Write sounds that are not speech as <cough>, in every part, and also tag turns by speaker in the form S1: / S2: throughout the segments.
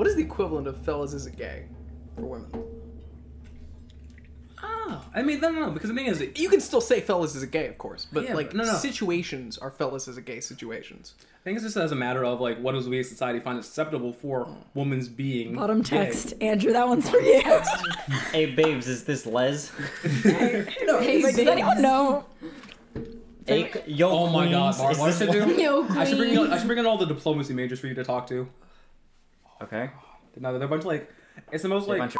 S1: is the equivalent of fellas isn't gay for women?
S2: Oh, I mean, no, no, no, because the thing is,
S1: You can still say fellas isn't gay, of course, but
S2: Yeah,
S1: like
S2: but- no, no.
S1: situations are fellas isn't gay situations.
S2: I think it's just as a matter of like what does we as society find acceptable for women's being.
S3: Bottom
S2: gay.
S3: text, Andrew. That one's for you. <laughs>
S4: Hey, babes, is this <laughs> Les?
S1: No,
S3: Hey, does anyone know?
S4: Hey, yo,
S2: Oh my God,
S4: queens,
S2: Mark,
S4: is
S2: what
S4: this
S2: did you
S4: Les?
S2: do?
S5: Yo, queen.
S2: I should
S3: <laughs>
S2: bring in, I should bring in all the diplomacy majors for you to talk to.
S4: Okay.
S2: No, they're a bunch of like it's the most
S4: They're a
S2: like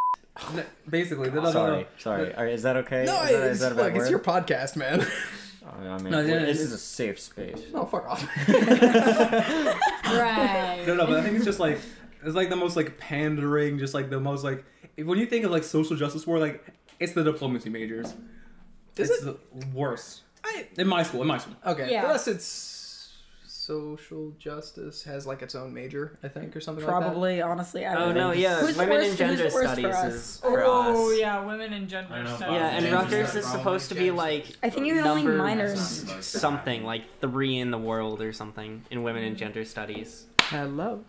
S4: bunch
S2: n- basically. they're-
S4: of,
S2: they're-
S4: sorry, sorry. All right, is that okay?
S1: No,
S4: is that,
S1: it's,
S4: is that a
S1: look,
S4: bad
S1: it's
S4: word?
S1: your podcast, man. <laughs>
S4: Oh, I mean,
S2: No, yeah,
S4: this
S2: it's-
S4: is a safe
S6: <laughs>
S4: space.
S1: no, fuck
S4: <laughs>
S1: off.
S6: Oh,
S5: Right.
S2: No, no, but I think it's just like it's like the most like pandering, just like the most like if- when you think of like social justice war, like it's the diplomacy majors.
S1: Is
S2: it's
S1: it?
S2: the worst
S1: I,
S2: in my school. In my school,
S1: okay,
S5: Yeah.
S1: for us, it's social justice has like its own major, I think, or something like
S3: Probably, honestly. I don't
S6: Oh
S3: know.
S6: no, yeah,
S3: Who's the
S6: women
S3: worst-
S6: in gender
S3: who's the worst for
S6: studies
S3: us?
S6: is for
S7: Oh
S6: us.
S7: yeah, women and gender stuff.
S6: Yeah, and
S7: James
S6: Rutgers is
S7: Brown.
S6: supposed to be like
S3: <laughs> I think you're the only
S6: number
S3: minors.
S6: something, like three in the world or something in women and gender studies.
S1: that. Hello.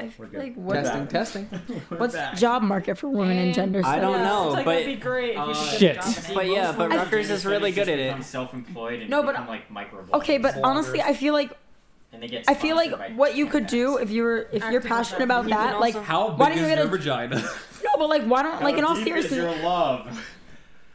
S3: I feel like
S1: Testing,
S3: what,
S1: testing.
S3: what's the job market for women in
S5: And-
S3: gender
S6: I
S3: studies?
S6: don't know.
S7: It's like,
S6: but-
S7: that'd be great if you
S4: Uh,
S7: could get a
S2: Shit.
S7: job in it.
S6: But yeah, but
S3: I-
S6: Rutgers is really good at it.
S4: Self-employed and
S3: No, but-
S4: become, like micro.
S3: Okay, but honestly, I feel like
S4: and they get
S3: I feel
S4: sponsored
S3: like
S4: by
S3: what you could
S4: Xanax.
S3: do if you were if you're
S5: Active
S3: passionate about
S6: You can
S3: that, like
S6: also-
S2: how big
S3: Why don't
S2: is
S3: you
S2: your
S3: get a-
S2: vagina? <laughs>
S3: no, but like why don't like in all
S4: How deep is
S3: seriousness,
S4: your love.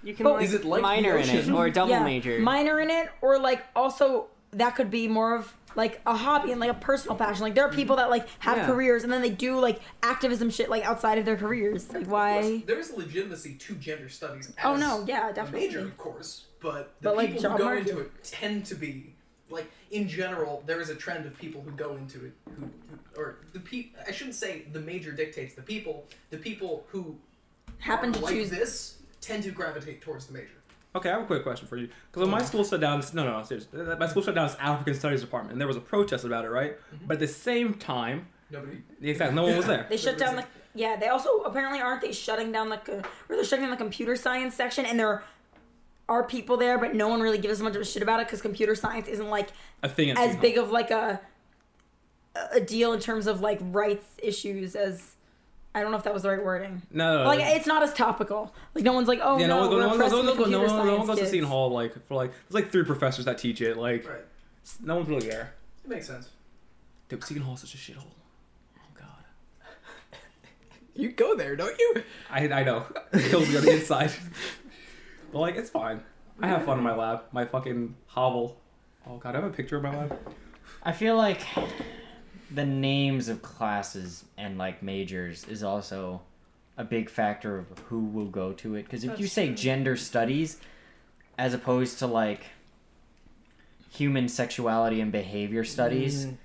S6: You can
S3: But-
S6: like,
S1: Is it like
S6: minor
S1: the
S6: in it
S1: ocean?
S6: or double
S3: yeah,
S6: major.
S3: minor in it, or like also that could be more of like a hobby and like a personal passion. Like there are people that like have
S6: Yeah.
S3: careers and then they do like activism shit like outside of their careers. Like why?
S1: There is legitimacy to gender studies. As
S3: Oh no,
S1: a
S3: yeah,
S1: major,
S3: definitely.
S1: of course, but the
S3: But, like,
S1: people
S3: job
S1: who go
S3: market-
S1: into it tend to be like in general. There is a trend of people who go into it who, who or the people. I shouldn't say the major dictates the people. The people who
S3: Happen
S1: are
S3: to
S1: like
S3: choose
S1: this tend to gravitate towards the major.
S2: Okay, I have a quick question for you. Because when my school shut down, no, no, no, seriously, Uh, my school shut down its African Studies department, and there was a protest about it, right?
S3: Mm-hmm.
S2: But at the same time,
S1: Nobody.
S2: exactly, no one was there.
S3: They shut down the yeah. They also apparently aren't they shutting down the co- or they're shutting down the computer science section and there are people there, but no one really gives much of a shit about it because computer science isn't like
S2: A thing in
S3: as
S2: school.
S3: big of like a a deal in terms of like rights issues as I don't know if that was the right wording.
S2: No, no, no.
S3: Like it's not as topical. Like no one's like oh
S2: yeah,
S3: no,
S2: no, one-
S3: we're
S2: no, one goes-
S3: oppressing
S2: no,
S3: the
S2: one goes- no,
S3: computer
S2: one- no one
S3: science
S2: goes to
S3: kids.
S2: Seton Hall like for like there's like three professors that teach it. Like
S1: Right.
S2: no one's really there.
S1: It makes sense.
S2: Dude, Seton Hall's such a shithole. Oh god.
S1: You go there, don't you?
S2: I I know. <laughs> It kills me on the inside. <laughs> But like it's fine. I have fun in my lab. My fucking hovel. Oh god, I have a picture of my lab.
S4: I feel like the names of classes and like majors is also a big factor of who will go to it. Because if you
S7: That's
S4: say
S7: true.
S4: gender studies, as opposed to like human sexuality and behavior studies.
S1: Mm.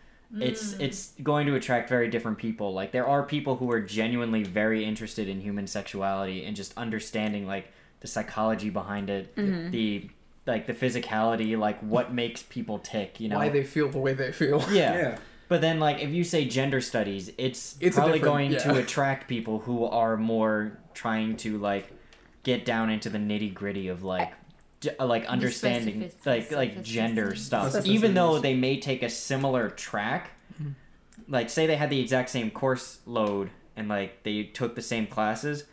S4: It's
S7: Mm.
S4: it's going to attract very different people. Like there are people who are genuinely very interested in human sexuality and just understanding like the psychology behind it,
S1: Mm-hmm.
S4: the like the physicality, like what makes people tick, you know.
S1: Why they feel the way they feel. <laughs>
S4: Yeah.
S2: Yeah.
S4: But then, like, if you say gender studies, it's,
S1: It's a
S4: probably
S1: different-
S4: going
S1: yeah.
S4: to attract people who are more trying to like get down into the nitty gritty of like. d- uh, Like understanding, like
S5: specific-
S4: like gender
S5: specificities.
S4: stuff,
S2: Specificities.
S4: even though they may take a similar track, like say they had the exact same course load and like they took the same classes,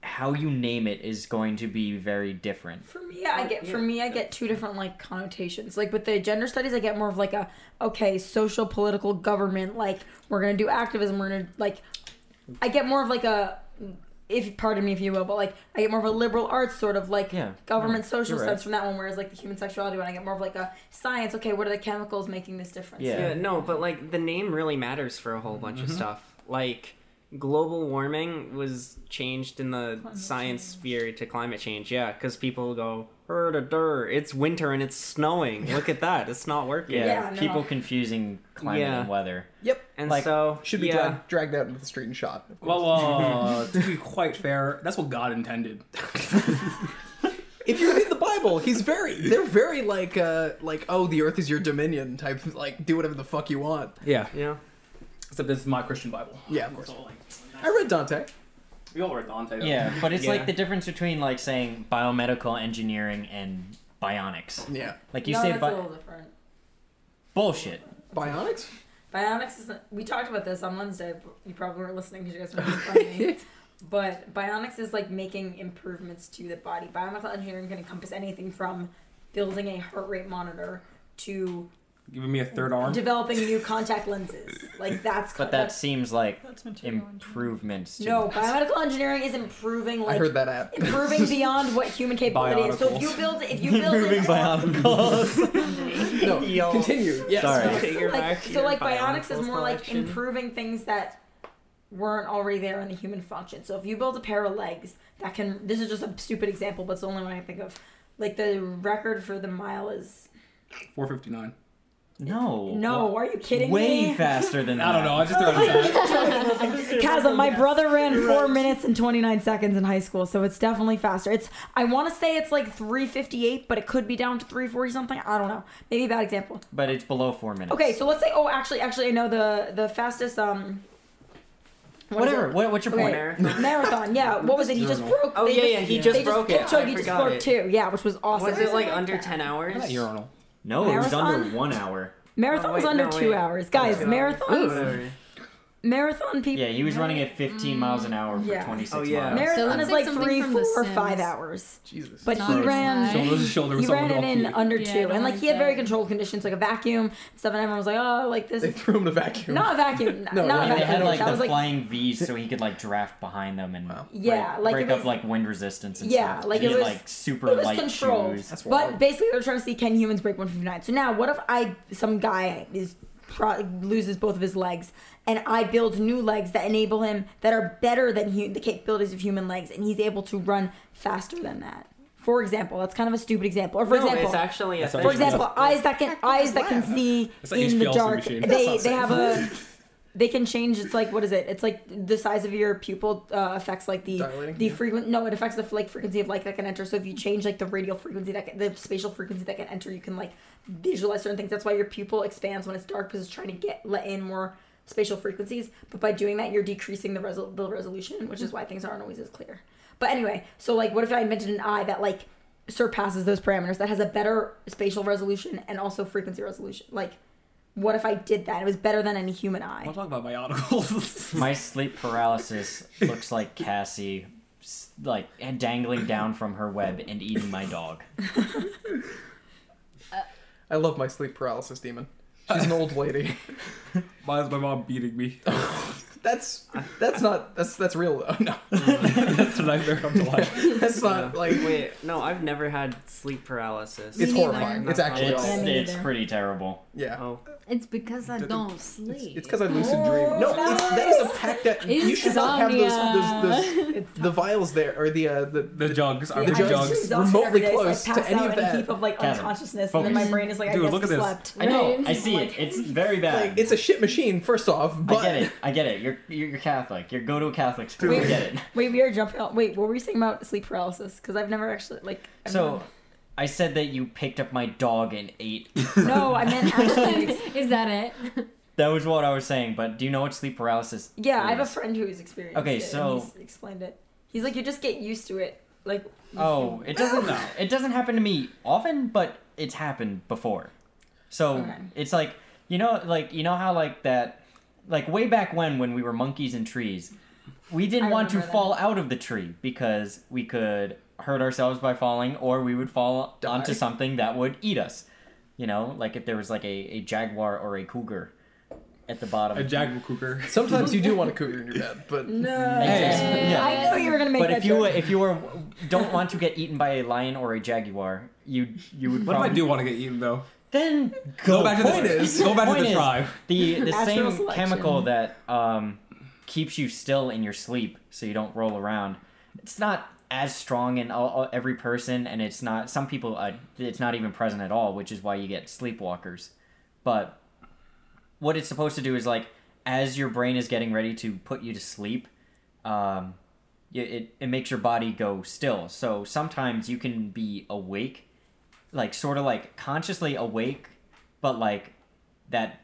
S4: how you name it is going to be very different.
S3: For me, I get for me I get two different like connotations. Like with the gender studies, I get more of like a okay, social, political, government. Like we're gonna do activism. We're gonna like. I get more of like a if pardon me if you will, but like I get more of a liberal arts sort of like
S4: Yeah.
S3: government social
S4: you're right.
S3: sense from that one. Whereas like the human sexuality one, I get more of like a science. Okay, what are the chemicals making this difference?
S4: Yeah.
S6: Yeah, no, but like the name really matters for a whole bunch of stuff. Like global warming was changed in the science sphere to climate change. Yeah, because people go, "Er, da, der, it's winter and it's snowing. Look at that, it's not working.
S4: Yeah,
S3: Yeah, no.
S4: people confusing climate
S6: Yeah.
S4: and weather.
S1: Yep.
S6: And
S4: Like,
S6: so
S1: Should be
S6: yeah.
S1: drag- dragged out into the street and shot. of course.
S2: Well, uh, <laughs> to be quite fair, that's what God intended.
S1: if you read the Bible, he's very they're very like uh like oh the earth is your dominion type like do whatever the fuck you want.
S2: <laughs> Yeah.
S6: Yeah.
S2: Except this is my Christian Bible.
S1: Yeah, of course.
S2: So, like,
S1: I read Dante.
S2: we all read Dante. Though.
S4: Yeah, but it's
S6: Yeah.
S4: like the difference between like saying biomedical engineering and bionics.
S1: Yeah.
S4: Like you say bi-
S3: different.
S4: bullshit.
S1: Bionics?
S3: Bionics is. We talked about this on Wednesday. but You probably weren't listening because you guys were making fun of me. But bionics is like making improvements to the body. Biomedical engineering can encompass anything from building a heart rate monitor to
S2: Giving me a third arm.
S3: developing new contact lenses. Like that's
S4: But that seems like
S7: That's material.
S4: improvements to <laughs>
S3: no biomedical engineering is improving like
S1: I heard that app.
S3: improving beyond what human capability is. So if you
S2: Bionicles.
S3: build if
S4: <laughs>
S3: you build an- <laughs>
S1: No,
S4: Yo.
S1: continue. Yes.
S4: Sorry.
S6: Take your
S3: like,
S6: back
S3: so
S6: your
S3: like bionics is
S6: Bionicles
S3: more like
S6: collection.
S3: improving things that weren't already there in the human function. So if you build a pair of legs that can this is just a stupid example, but it's the only one I can think of. Like the record for the mile is
S2: Four fifty nine.
S4: No.
S3: no. Are you kidding
S4: Way
S3: me?
S4: faster than
S2: <laughs>
S4: that.
S2: I don't know. I just threw it out.
S3: Chasm, my brother ran four minutes and twenty nine seconds in high school, so it's definitely faster. It's I want to say it's like three fifty eight, but it could be down to three forty something. I don't know. Maybe a bad example.
S4: But it's below four minutes.
S3: Okay, so let's say oh actually actually I know the the fastest um what is
S4: Whatever.
S3: it?
S4: What, what's your point?
S3: <laughs>
S6: Marathon.
S3: marathon. Yeah, what was it? He just broke.
S6: Oh,
S3: they
S6: yeah, yeah, he just
S3: they
S6: broke it.
S3: Kipchoge
S6: I
S3: just
S6: forgot
S3: broke
S6: it.
S3: two. Yeah, which was awesome.
S6: Was it like under 10 hours?
S2: That urinal.
S4: No, it was
S3: Marathon?
S4: under one hour.
S3: marathon
S6: Oh,
S3: was
S6: wait,
S3: under
S6: no,
S3: two
S6: wait. Oh,
S3: hours, guys. Marathon,
S6: Whatever.
S3: marathon people.
S4: Yeah, he was running at 15 miles an hour for
S3: yeah.
S4: 26
S6: Oh, yeah.
S4: miles.
S6: Mar-
S3: Marathon
S5: So
S3: is like
S5: that's like something
S3: three,
S5: from The
S3: four, or five
S5: Sims.
S3: hours,
S1: Jesus.
S3: but
S5: Not
S3: he
S5: as
S3: ran.
S5: much.
S2: Shoulder to shoulder. with
S3: He
S2: someone
S3: ran it
S2: with all
S3: in
S2: feet.
S3: under
S5: Yeah,
S3: two,
S5: I
S3: and
S5: don't
S3: like
S5: like
S3: he had very
S5: that.
S3: controlled conditions, like a vacuum and stuff, and everyone was like, "Oh, like this
S1: They <laughs>
S3: is
S1: threw him in a vacuum.
S3: not a vacuum,
S1: No,
S3: not
S1: yeah,
S3: a
S4: And they
S3: vacuum."
S4: had like
S3: that
S4: the
S3: was like,
S4: flying V's so he could like draft behind them and
S3: Yeah,
S4: break,
S3: like,
S4: break
S3: it
S4: up
S3: was-
S4: like wind resistance and
S3: Yeah,
S4: stuff.
S3: like,
S4: he
S3: it
S4: had,
S3: was-
S4: like super
S3: it was
S4: light
S3: controlled.
S4: shoes.
S1: That's wild.
S3: But basically, they're trying to see can humans break 159. So now, what if I, some guy is pro- loses both of his legs, and I build new legs that enable him that are better than hu- the capabilities of human legs, and he's able to run faster than that. For example, that's kind of a stupid example. Or for
S6: no,
S3: example,
S6: it's actually a
S2: That's our
S3: for
S6: thing.
S3: example, eyes that can eyes that can see
S2: It's like
S3: in the
S2: HPLC
S3: dark.
S2: machine.
S3: They they have a they can change. It's like what is it? It's like the size of your pupil uh, affects like the
S1: Dilating,
S3: the
S1: yeah.
S3: frequent. No, it affects the like frequency of light that can enter. So if you change like the radial frequency that can, the spatial frequency that can enter, you can like visualize certain things. That's why your pupil expands when it's dark because it's trying to get let in more spatial frequencies. But by doing that, you're decreasing the, resol- the resolution, which is why things aren't always as clear. But anyway, so like, what if I invented an eye that like surpasses those parameters that has a better spatial resolution and also frequency resolution? Like, what if I did that? It was better than any human eye.
S2: I'll talk about <laughs> bionicles.
S4: My sleep paralysis looks like Cassie, s- like dangling down from her web and eating my
S1: <laughs>
S4: dog.
S1: I love my sleep paralysis demon. She's an old lady. <laughs>
S2: Why is my mom beating <laughs> me?
S1: That's that's not that's that's real though. <laughs> No,
S2: That's the nightmare come to life.
S1: that's not like
S6: Wait, no, I've never had sleep
S1: it's
S6: paralysis.
S5: Me neither.
S1: horrifying. It's actually
S4: It's,
S1: awful.
S3: me
S4: it's
S3: neither.
S4: pretty terrible.
S1: yeah.
S6: Oh,
S5: It's because I
S2: Doesn't-
S5: don't sleep. <laughs>
S1: It's because I lucid dream. No, it's, that is a fact that you should not have those, those, those the vials there or the uh, the
S2: The jugs are
S3: I
S2: the
S3: was
S2: jugs.
S1: jugs.
S3: exhausted
S1: remotely
S3: every day, so I
S1: close to
S3: pass
S1: any
S3: out
S1: of
S3: in a
S1: that.
S3: heap of like
S4: Kevin,
S3: unconsciousness, and then
S4: focus.
S3: my brain is like,
S2: Dude,
S3: I guess
S2: look
S3: I
S2: at this.
S3: slept.
S4: I know.
S5: Right.
S4: I see it.
S3: <laughs>
S4: It's very
S1: like
S4: bad.
S1: it's a shit machine. First off, but
S4: I
S1: <laughs>
S4: get it. I get it. You're you're you're Catholic. You go to a Catholic school. I
S3: Dude.
S4: get
S3: <laughs>
S4: it.
S3: Wait, we are jumping. Out. Wait, what were we saying about sleep paralysis? Because I've never actually like. I've
S4: So, I said that you picked up my dog and ate.
S3: never- <laughs> no,
S4: <laughs>
S3: I meant actually.
S5: Is that it?
S4: That was what I was saying. But do you know what sleep paralysis?
S3: Yeah, I have a
S4: is?
S3: friend who's experienced
S4: Okay,
S3: it. and
S4: so-
S3: he's explained it. He's like, you just get used to it. Like, you
S4: Oh, it doesn't.
S3: <laughs>
S4: It doesn't happen to me often, but it's happened before. So
S3: Okay.
S4: it's like you know, like you know how like that, like way back when when we were monkeys and trees, we didn't
S3: I
S4: want to
S3: remember that.
S4: fall out of the tree because we could hurt ourselves by falling, or we would fall
S1: Die.
S4: onto something that would eat us. You know, like if there was like a, a jaguar or a cougar at the bottom.
S2: A jaguar cougar.
S1: sometimes you do want a cougar in your bed. But
S3: feel- no.
S4: Hey. Yeah.
S3: I knew you were gonna make
S4: but
S3: that
S4: if you
S3: joke.
S4: were- if you were don't want to get eaten by a lion or a jaguar, you you would.
S2: What if I
S4: probably
S2: do want to get eaten though?
S4: Then
S2: Go
S4: go,
S2: back to
S1: point
S2: the
S1: is-
S2: go back to
S4: point
S2: the
S4: is-
S2: tribe.
S4: the the
S3: Natural
S4: same
S3: selection.
S4: chemical that um, keeps you still in your sleep so you don't roll around. It's not as strong in all, all- every person, and it's not some people. Uh, it's not even present at all, which is why you get sleepwalkers. But what it's supposed to do is like as your brain is getting ready to put you to sleep. Um, it, it, it makes your body go still. So sometimes you can be awake, like sort of like consciously awake, but like that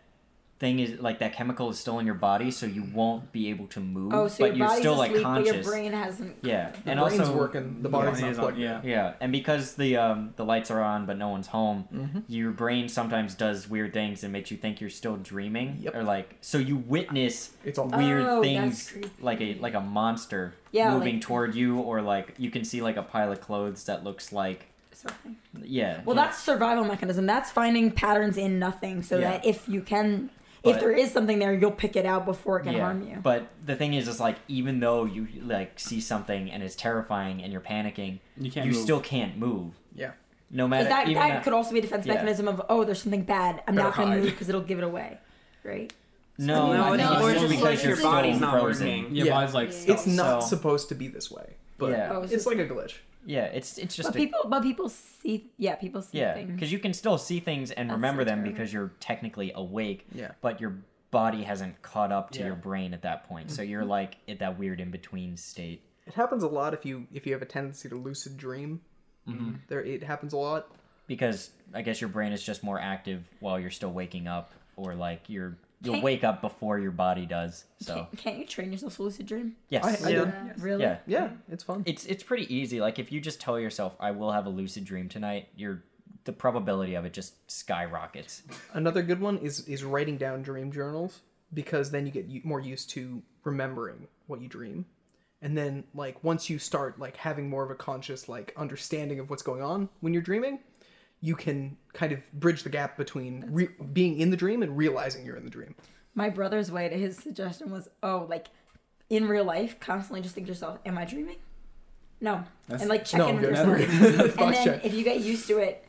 S4: thing is like that chemical is still in your body, so you won't be able to move.
S3: Oh, so
S4: but
S3: your
S4: you're
S3: body's
S4: still
S3: asleep,
S4: like
S3: but your
S4: conscious.
S3: brain hasn't.
S4: Yeah,
S1: The
S4: and
S1: brain's
S4: also
S1: working, the body's
S2: Yeah,
S1: not
S2: it is
S1: plugged.
S2: on- yeah.
S4: yeah, and because the um the lights are on but no one's home,
S3: Mm-hmm.
S1: Mhm.
S4: your brain sometimes does weird things and makes you think you're still dreaming
S1: Yep.
S4: or like so you witness
S1: It's all.
S4: weird
S3: Oh, that's
S4: things
S3: creepy.
S4: like a like a monster
S3: Yeah,
S4: moving
S3: like-
S4: toward you or like you can see like a pile of clothes that looks like
S3: Something.
S4: yeah
S3: Well, that's survival mechanism. That's finding patterns in nothing, so
S4: Yeah.
S3: that if you can,
S4: But-
S3: if there is something there, you'll pick it out before it can
S4: yeah.
S3: harm you.
S4: but the thing is is like even though you like see something and it's terrifying and you're panicking
S2: You can't.
S4: you
S2: move.
S4: still can't move
S1: Yeah.
S4: no
S3: Is
S4: matter
S3: that
S4: even
S3: that
S4: that-
S3: could also be a defense
S4: yeah.
S3: mechanism of oh, there's something bad. I'm
S1: Better
S3: not going to
S1: hide.
S3: move because it'll give it away, right?
S4: no,
S6: No,
S4: I
S6: it's
S4: think
S5: more
S4: just
S5: just
S4: because
S5: like
S4: your
S5: it's like-
S4: body's
S5: It's
S4: not
S6: not
S4: frozen.
S6: working.
S2: Your
S1: Yeah.
S2: body's like.
S5: It's
S1: It's not
S4: So-
S1: supposed to be this way, but
S4: Yeah.
S3: Oh, it's
S1: it's
S3: just-
S1: like a glitch.
S4: Yeah, it's it's just
S3: But
S4: a,
S3: people, but people see, yeah, people see
S4: yeah,
S3: things.
S4: because you can still see things and
S3: That's
S4: remember
S3: so
S4: them
S3: terrible.
S4: because you're technically awake.
S1: Yeah.
S4: but your body hasn't caught up to
S2: Yeah.
S4: your brain at that point, so
S3: Mm-hmm.
S4: you're like at that weird in between state.
S1: It happens a lot if you if you have a tendency to lucid dream. Mm-hmm. There, it happens a lot.
S4: Because I guess your brain is just more active while you're still waking up, or like you're you'll
S3: Can't-
S4: wake up before your body does. So
S3: can't, can't you train yourself to lucid dream?
S4: yes,
S1: I, I did.
S3: Really?
S4: yeah,
S1: Yeah, it's fun.
S4: it's it's pretty easy. Like if you just tell yourself, "I will have a lucid dream tonight," you're the probability of it just skyrockets.
S1: Another good one is is writing down dream journals because then you get u- more used to remembering what you dream. And then like once you start like having more of a conscious like understanding of what's going on when you're dreaming, you can kind of bridge the gap between re- being in the dream and realizing you're in the dream.
S3: My brother's way to his suggestion was, oh, like in real life, constantly just think to yourself, am I dreaming? No. and like check
S1: no,
S3: in
S1: I'm
S3: with
S1: good. <laughs>
S3: yourself.
S1: Fuck
S3: and then
S1: check.
S3: if you get used to it,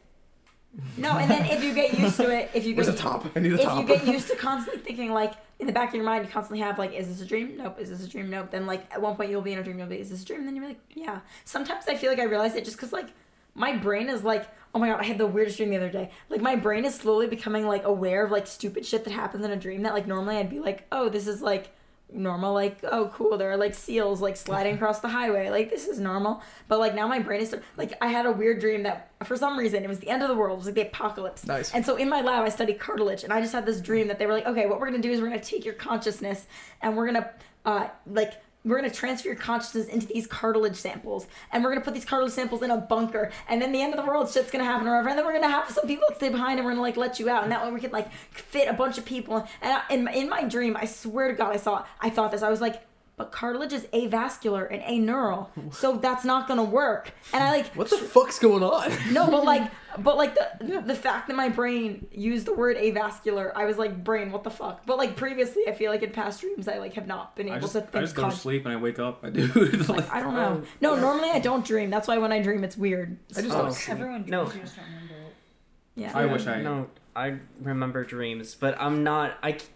S3: no. And then if you get used to it, if you
S1: Where's
S3: get
S1: the top? I need a
S3: if
S1: top.
S3: you get used to constantly thinking like in the back of your mind, you constantly have like, is this a dream? Nope. Is this a dream? Nope. Then like at one point you'll be in a dream. You'll be, is this a dream? And then you're like, yeah. Sometimes I feel like I realize it just because like my brain is like, oh my god, I had the weirdest dream the other day. Like my brain is slowly becoming like aware of like stupid shit that happens in a dream that like normally I'd be like, oh, this is like normal like oh cool there are like seals
S1: <laughs>
S3: like sliding across the highway like this is normal but like now my brain is like i had a weird dream that for some reason it was the end of the world it was like the apocalypse
S1: Nice.
S3: and so in my lab i studied cartilage and i just had this dream that they were like okay what we're gonna do is we're gonna take your consciousness and we're gonna uh like we're gonna transfer your consciousness into these cartilage samples, and we're gonna put these cartilage samples in a bunker, and then the end of the world shit's gonna happen or whatever, and then we're gonna have some people that stay behind, and we're gonna like let you out, and that way we could like fit a bunch of people. And I, in in my dream, I swear to God, I saw I thought this. I was like. But cartilage is avascular and aneural, so that's not gonna work. And I like
S1: <laughs> What the fuck's going on?
S3: no, but
S6: <laughs>
S3: like, but like the the fact that my brain used the word avascular, I was like, brain, what the fuck? But like previously, I feel like in past dreams, I like have not been able
S2: I just,
S3: to
S2: I
S3: think.
S2: just go to
S3: consciously.
S2: sleep and I wake up. I do. <laughs> like,
S3: I don't
S6: <laughs>
S3: know. No, normally I don't dream. That's why when I dream, it's weird.
S1: I just
S6: Oh.
S1: don't sleep.
S7: Everyone dreams,
S6: No.
S7: you just don't remember it.
S3: Yeah.
S2: I wish I.
S6: No, I remember dreams, but I'm not. I c-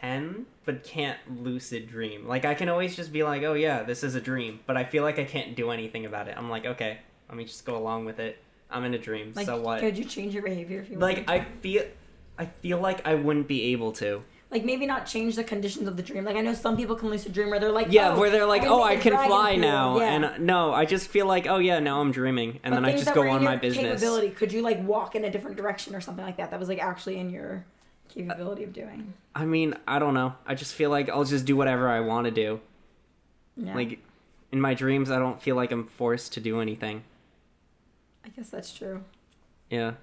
S6: can, but can't lucid dream. Like I can always just be like, "Oh yeah, this is a dream," but I feel like I can't do anything about it. I'm like, okay, let me just go along with it. I'm in a dream,
S3: like,
S6: so what?
S3: could you change your behavior if you wanted
S6: Like
S3: to?
S6: I feel, I feel like I wouldn't be able to.
S3: like maybe not change the conditions of the dream. Like I know some people can lucid dream where they're like,
S6: Yeah,
S3: oh,
S6: where they're like,
S3: I'm
S6: "Oh,
S3: like a
S6: I can
S3: dragon
S6: fly
S3: pool."
S6: now,"
S3: Yeah.
S6: and uh, no, I just feel like, "Oh yeah, now I'm dreaming," and
S3: But
S6: then I
S3: things
S6: just
S3: that
S6: go
S3: were in
S6: on
S3: your
S6: my business.
S3: Capability. Could you like walk in a different direction or something like that? That was like actually in your capability of doing.
S6: I mean, I don't know. I just feel like I'll just do whatever I want to do.
S3: Yeah.
S6: Like in my dreams, I don't feel like I'm forced to do anything.
S3: I guess that's true.
S6: Yeah.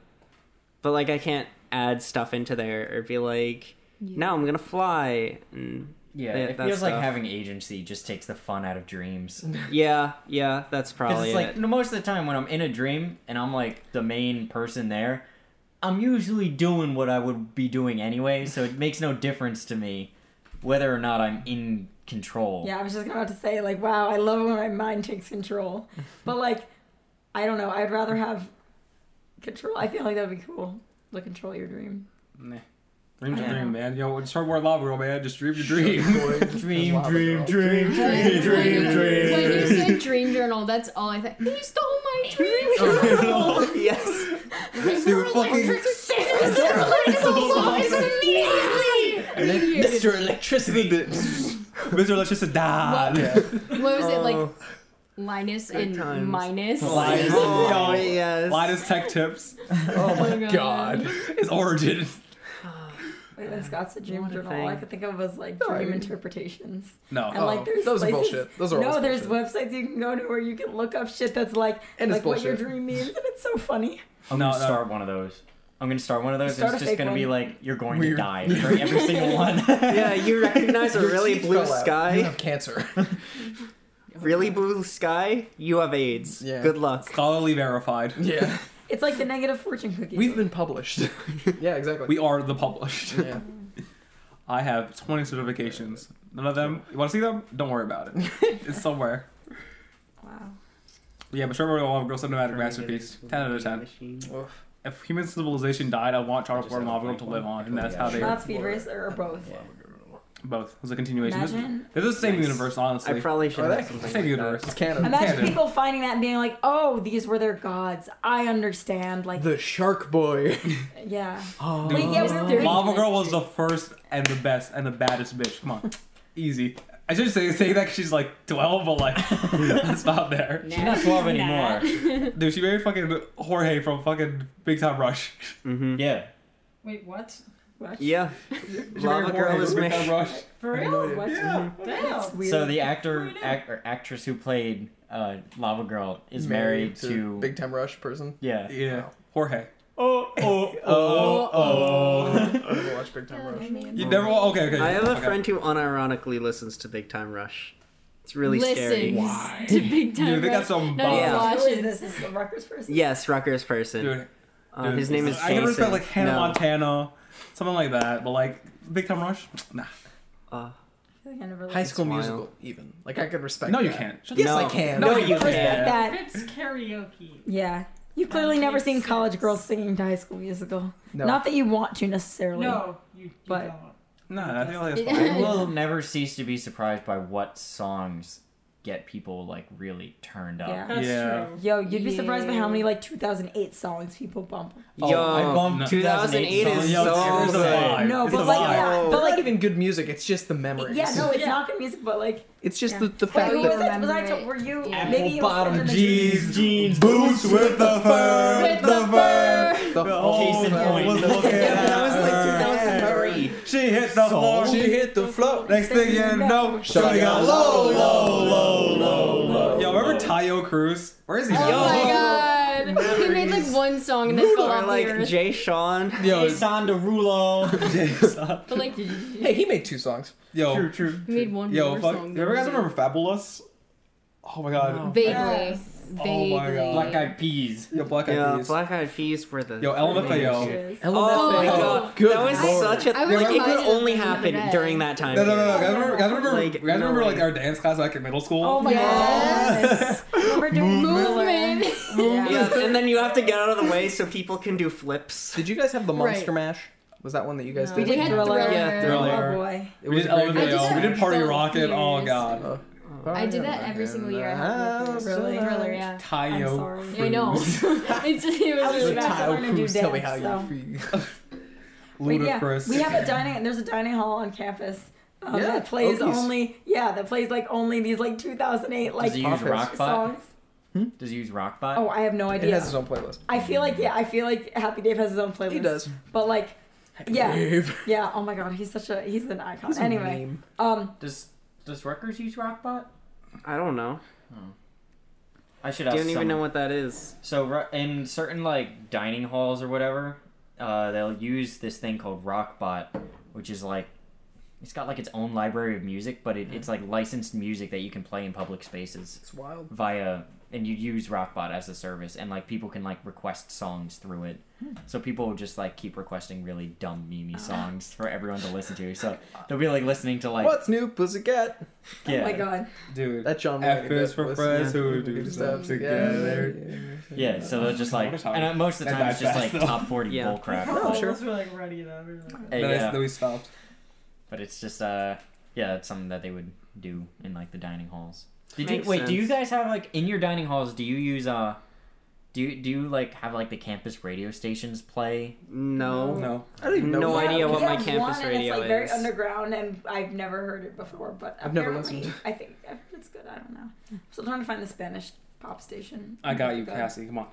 S6: But like I can't add stuff into there or be like, now I'm gonna fly. And
S4: Yeah,
S6: Yeah,
S4: it
S6: that
S4: feels like
S6: stuff.
S4: having agency just takes the fun out of dreams.
S6: yeah, yeah,
S4: Because
S6: that's probably
S1: <laughs>
S4: it's like
S6: it.
S4: most of the time when I'm in a dream and I'm like the main person there, I'm usually doing what I would be doing anyway, so it makes no difference to me whether or not I'm in control.
S3: Yeah, I was just about to say, like, wow, I love when my mind takes
S1: <laughs>
S3: control. But, like, I don't know. I'd rather have control. I feel like that would be cool to control your dream.
S2: Nah. Dream to
S3: I don't
S2: dream,
S3: know.
S2: man. You know, Star Wars Lava Girl, man. Just dream your dream. <laughs>
S4: Dream, dream, dream,
S5: When-
S4: dream, dream,
S5: When you
S4: dream.
S5: said dream journal, that's all I thought. You stole my dream
S6: yes.
S5: journal. electric stairs that are like so long, it's immediately. Weird.
S1: Mr. Electricity.
S2: Mr. Electricity,
S5: What-
S2: die.
S5: What was it like?
S6: Oh.
S5: Linus
S6: Good
S5: and
S6: times.
S2: <laughs>
S5: minus.
S2: Linus.
S6: Oh yes.
S2: Linus Tech Tips.
S5: Oh my
S2: God. His origin.
S3: Like when Scott said dream
S6: What a
S3: journal, all I
S6: thing.
S3: could think of was like
S1: No, I
S3: dream
S1: mean-
S3: interpretations.
S2: <laughs> No.
S3: And
S1: Oh,
S3: like there's
S1: those are
S3: places,
S1: bullshit. Those are
S3: no,
S1: always
S3: there's
S1: bullshit.
S3: websites you can go to where you can look up shit that's like
S1: And it's
S3: like what your
S1: bullshit. <laughs>
S3: dream means, and it's so funny.
S4: I'm
S2: No,
S4: gonna
S2: no.
S4: start one of those. I'm gonna start one of those.
S3: Start
S4: It's
S3: a
S4: just
S3: fake
S4: gonna be
S3: one.
S4: like you're going
S1: Weird.
S4: to die for every single one. <laughs>
S1: <laughs>
S6: Yeah, you recognize a
S1: Your
S6: really
S1: teeth
S6: blue
S1: fell out. You
S6: sky.
S1: have cancer.
S3: <laughs>
S6: Really blue sky? You have AIDS.
S1: Yeah.
S6: Good luck.
S2: Scholarly verified.
S1: yeah,
S3: It's like the negative fortune cookie.
S1: we've been published. yeah, exactly.
S2: We are the published.
S1: yeah,
S2: I have 20 certifications. None of them. You want to see them? Don't worry about it. it's somewhere.
S1: <laughs>
S3: wow.
S2: But yeah, but Strawberry Alarm Girl cinematic masterpiece. 10 out of 10.
S1: Oof.
S2: If human civilization died, I want
S4: I
S2: Charles
S4: just
S2: Warren
S4: have a
S2: Girl
S4: blank
S2: to
S4: one.
S2: live on, and that's
S4: Yeah,
S2: how they
S4: sure.
S3: Not speed racer or both.
S4: Yeah.
S2: both. It was a continuation. This-
S3: Imagine.
S2: They're the same
S6: Nice.
S2: universe, honestly.
S6: I probably should
S1: Are they?
S6: have something
S2: Same
S6: like
S2: universe.
S1: it's canon.
S3: Imagine
S2: Canon.
S3: people finding that and being like, "Oh, these were their gods. I understand." Like,
S1: the Shark Boy.
S3: yeah.
S1: Oh,
S3: Wait, yeah, we were doing
S2: Lava
S3: that.
S2: Girl was the first and the best and the baddest bitch. Come on. Easy. I should say, say that 'cause she's like 12, but
S3: <laughs>
S2: like, that's not there.
S4: She's not suave anymore.
S2: Dude, she married fucking Jorge from fucking Big Time Rush.
S6: that. Mhm.
S4: Yeah.
S7: Wait, what?
S6: Yeah.
S2: She married
S6: Lava Girl
S2: Jorge
S6: is
S2: from Big Time
S6: made.
S2: Rush.
S7: For
S1: I had
S7: real?
S1: no idea.
S7: What?
S2: Yeah.
S7: Damn.
S3: Weird.
S4: So the actor
S7: Weird.
S4: ac- or actress who played uh, Lava Girl is married, to,
S1: Big Time Rush person.
S4: yeah.
S2: Yeah. Jorge.
S4: Oh oh
S2: oh, oh.
S1: I never watched Big
S3: <laughs>
S1: Time Rush.
S2: You never. Okay, okay.
S6: I have a
S2: okay.
S6: friend who unironically listens to Big Time Rush. It's really
S5: Listen
S6: scary.
S2: Why?
S5: to big time.
S2: Dude, they got
S5: rush.
S2: some
S5: No,
S2: bombs.
S6: Yeah.
S5: no,
S3: Who is
S5: Washington.
S3: this? This is the Rutgers person.
S6: Yes, Rucker's person.
S2: Dude,
S6: Uh,
S2: dude,
S6: his name is
S2: I can
S6: Jason.
S2: respect like Hannah
S6: No.
S2: Montana, someone like that, but like Big Time Rush, nah.
S6: Uh,
S3: I feel like I never
S1: High
S3: listened.
S1: School
S6: wild.
S1: Musical, even. Like I could respect.
S2: No, you
S1: that.
S2: can't. Shut
S1: Yes,
S6: No.
S1: I can.
S6: No, you
S3: Respect
S6: can't.
S3: that.
S7: It's karaoke.
S3: Yeah. You've clearly
S7: That
S3: never
S7: makes
S3: seen college
S7: sense.
S3: girls singing to high school musical.
S1: No.
S3: Not that you want to necessarily.
S7: No, you, you
S3: But-
S7: don't.
S2: Nah, I feel like that's
S5: It-
S2: fine.
S6: <laughs>
S4: I will never cease to be surprised by what songs get people like really turned up.
S3: Yeah.
S7: That's
S2: Yeah.
S7: true.
S3: Yo, you'd be surprised by how
S5: Yeah.
S3: many like 2008 songs people bump.
S4: Oh,
S6: Yo,
S4: I bumped
S2: no.
S4: 2008
S6: 2008
S4: songs.
S6: is
S2: Yo, it's-
S6: so
S2: it's a
S6: good.
S2: vibe.
S3: No,
S2: It's
S3: but
S2: a
S3: like,
S2: vibe.
S3: yeah, but
S1: But
S3: like,
S1: not even good music. It's just the memories.
S3: yeah, no, it's
S7: Yeah.
S3: not good music, but like,
S1: It's just
S3: Yeah.
S1: the, the
S3: wait,
S1: fact
S3: who
S5: you
S1: that
S3: was that? Was
S5: remember
S3: I?
S5: it.
S3: Were you?
S5: Yeah.
S3: Maybe
S1: Apple
S3: it was
S1: bottom
S3: in the-
S2: Jeans, jeans, boots with the fur,
S5: With the
S2: fur.
S1: the
S4: Case in
S1: world <laughs>
S4: point.
S1: was looking
S6: Yeah,
S1: at
S6: that was like
S1: her.
S6: 2003.
S2: She hit the floor.
S1: She hit the floor.
S2: Next thing you know, she
S1: Shawty got
S2: got low, low, low,
S1: low,
S2: low,
S1: low,
S2: low. Yo, remember Tayo Cruz? Where is he?
S5: Oh
S2: now?
S5: my god. He made like one song and then fell
S6: Or
S5: off the
S6: like
S5: earth.
S6: Jay Sean.
S1: Yo,
S4: Jason Derulo.
S2: Jason.
S5: But like, he
S1: hey, he made two songs.
S2: <laughs> Yo,
S4: true, true.
S5: made one
S2: yo,
S5: more
S2: fuck.
S5: song.
S2: You ever guys remember Fabulous? Oh my god.
S5: Vaguely.
S7: Yes.
S5: Vaguely.
S2: Oh my God.
S4: Black Eyed Peas.
S2: Yo, Black Eyed
S6: Yeah,
S2: Peas.
S6: Black Eyed Peas were the.
S2: Yo, LMFAO.
S6: Oh my
S5: Oh,
S6: god,
S1: good
S6: that was
S1: lord.
S6: such a.
S5: I was
S6: like, it could
S5: surprised
S6: only
S5: it was
S6: happen
S5: red.
S6: during that time.
S2: No, no, no, no.
S6: period.
S2: Guys remember, guys remember,
S6: Like,
S2: guys
S6: no
S2: remember like
S6: way.
S2: our dance class back in middle school?
S3: Oh my
S5: Yes.
S3: god. Remember doing
S1: <laughs>
S5: Movement.
S3: Thriller? Yeah.
S6: Yeah, and then you have to get out of the way so people can do flips.
S1: Did you guys have the Monster
S5: Right.
S1: Mash? Was that one that you guys
S5: No.
S1: did?
S3: We did
S5: had
S3: Thriller.
S5: Thriller.
S6: Yeah, Thriller.
S3: Oh boy.
S2: It was
S1: I did
S2: LMFAO.
S1: that
S2: We did Party
S5: for
S2: Rocket. Oh
S5: years.
S2: god.
S5: I did that every single year. I had
S1: Ah,
S5: Lopez.
S3: really?
S5: Thriller, yeah.
S3: I'm
S2: Tayo.
S3: sorry.
S2: <laughs>
S5: I know. <laughs> it's, it
S3: I
S5: was
S3: was
S5: really
S3: about
S5: bad.
S3: to- learn
S1: Tile Cruz,
S3: do
S1: tell me how
S3: dance,
S1: you
S3: so.
S1: feel.
S3: Wait, yeah.
S2: Ludicrous.
S3: We have a dining. There's a dining hall on campus um,
S1: Yeah,
S3: that plays
S1: Okies.
S3: only. Yeah, that plays like only these like 2008 like
S4: Does he use
S1: Pop
S4: Rockbot?
S3: songs.
S4: Does he use Rockbot?
S3: Oh, I have no
S1: It has
S3: idea.
S1: its own playlist.
S3: I feel like yeah, I feel like Happy Dave has his own playlist.
S1: He does.
S3: But like,
S1: <laughs>
S3: yeah,
S1: Dave.
S3: yeah. Oh my god, he's such a he's an icon.
S1: He's a
S3: <laughs> anyway,
S1: meme.
S3: um,
S4: Does Does Rutgers use Rockbot?
S6: I don't know.
S4: I should
S6: I
S4: ask.
S6: don't even
S4: someone.
S6: know what that is.
S4: So ru- in certain like dining halls or whatever, uh, they'll use this thing called Rockbot, which is like it's got like its own library of music, but it, it's
S6: Mm.
S4: like licensed music that you can play in public spaces
S1: It's wild.
S4: via and you use Rockbot as a service and like people can like request songs through it.
S3: Hmm.
S4: So people will just like keep requesting really dumb
S6: Ah.
S4: memey songs for everyone to listen
S6: <laughs>
S4: to. So they'll be like listening to like
S1: What's new, pussycat?
S4: yeah.
S3: oh my god,
S2: Dude.
S1: That John
S2: F
S1: Mayer
S2: is
S1: bit
S2: for
S1: was-
S2: friends
S1: Yeah.
S2: who
S1: We
S2: do
S1: could
S2: stuff
S1: stop
S2: together.
S4: Yeah, so they'll just like
S2: What a song.
S4: and uh, most of the
S2: That
S4: time it's just
S2: died
S4: like
S2: fast, though.
S4: top 40
S6: <laughs> Yeah.
S4: bull crap.
S7: Oh,
S1: sure.
S7: Those were like ready though. they were like-
S4: Uh,
S2: Then I-
S4: yeah.
S2: then we stopped.
S4: But it's just uh yeah, it's something that they would do in like the dining halls. Did you
S6: Makes
S4: wait, do you guys
S6: sense.
S4: have like in your dining halls do you use uh do you, do you like have like the campus radio stations
S6: <laughs>
S4: play?
S6: No.
S2: No.
S1: I don't even know.
S6: No
S1: what-
S6: idea
S3: we
S6: what my
S3: have
S6: campus
S3: one, and it's,
S6: radio
S3: like, Very
S6: is.
S3: underground, and I've never heard it before. But
S1: I've never
S3: apparently-
S1: listened.
S3: I think I've heard it's good. I don't know. I'm still trying to find the Spanish pop station.
S2: I got you,
S3: Go.
S2: Cassie. Come on.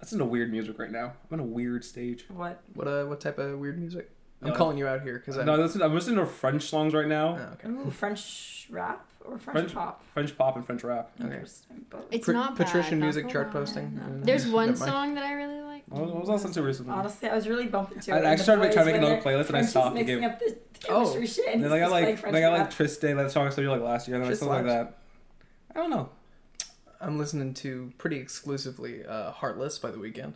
S2: That's into weird music right now. I'm in a weird stage.
S3: What?
S1: What uh, what type of weird music? I'm
S2: No.
S1: calling you out here because I'm.
S2: No, this is, I'm listening to French songs right now.
S1: Oh, okay.
S3: Ooh, French rap or French,
S2: French-
S3: pop.
S2: French pop and French rap.
S1: Okay.
S3: Interesting. But
S5: It's
S1: Pat-
S5: not bad,
S1: patrician
S5: not
S1: music
S5: gonna
S1: chart
S5: lie.
S1: posting. Mm,
S3: No.
S5: There's one
S1: Never mind.
S5: song that I really like.
S2: I was, I was listening to recently.
S3: honestly, I was really bumping to
S2: I
S3: it.
S2: actually started to try to make another playlist and I stopped
S3: Mixing
S2: again.
S3: up the
S1: Oh.
S3: chemistry shit. And
S2: And then I got
S3: just
S2: like,
S3: playing French
S2: then I got like
S3: rap.
S2: Triste, that song I started like last year, and
S1: Triste
S2: stuff like
S1: Large.
S2: that. I don't know.
S1: I'm listening to pretty exclusively uh, "Heartless" by the weekend.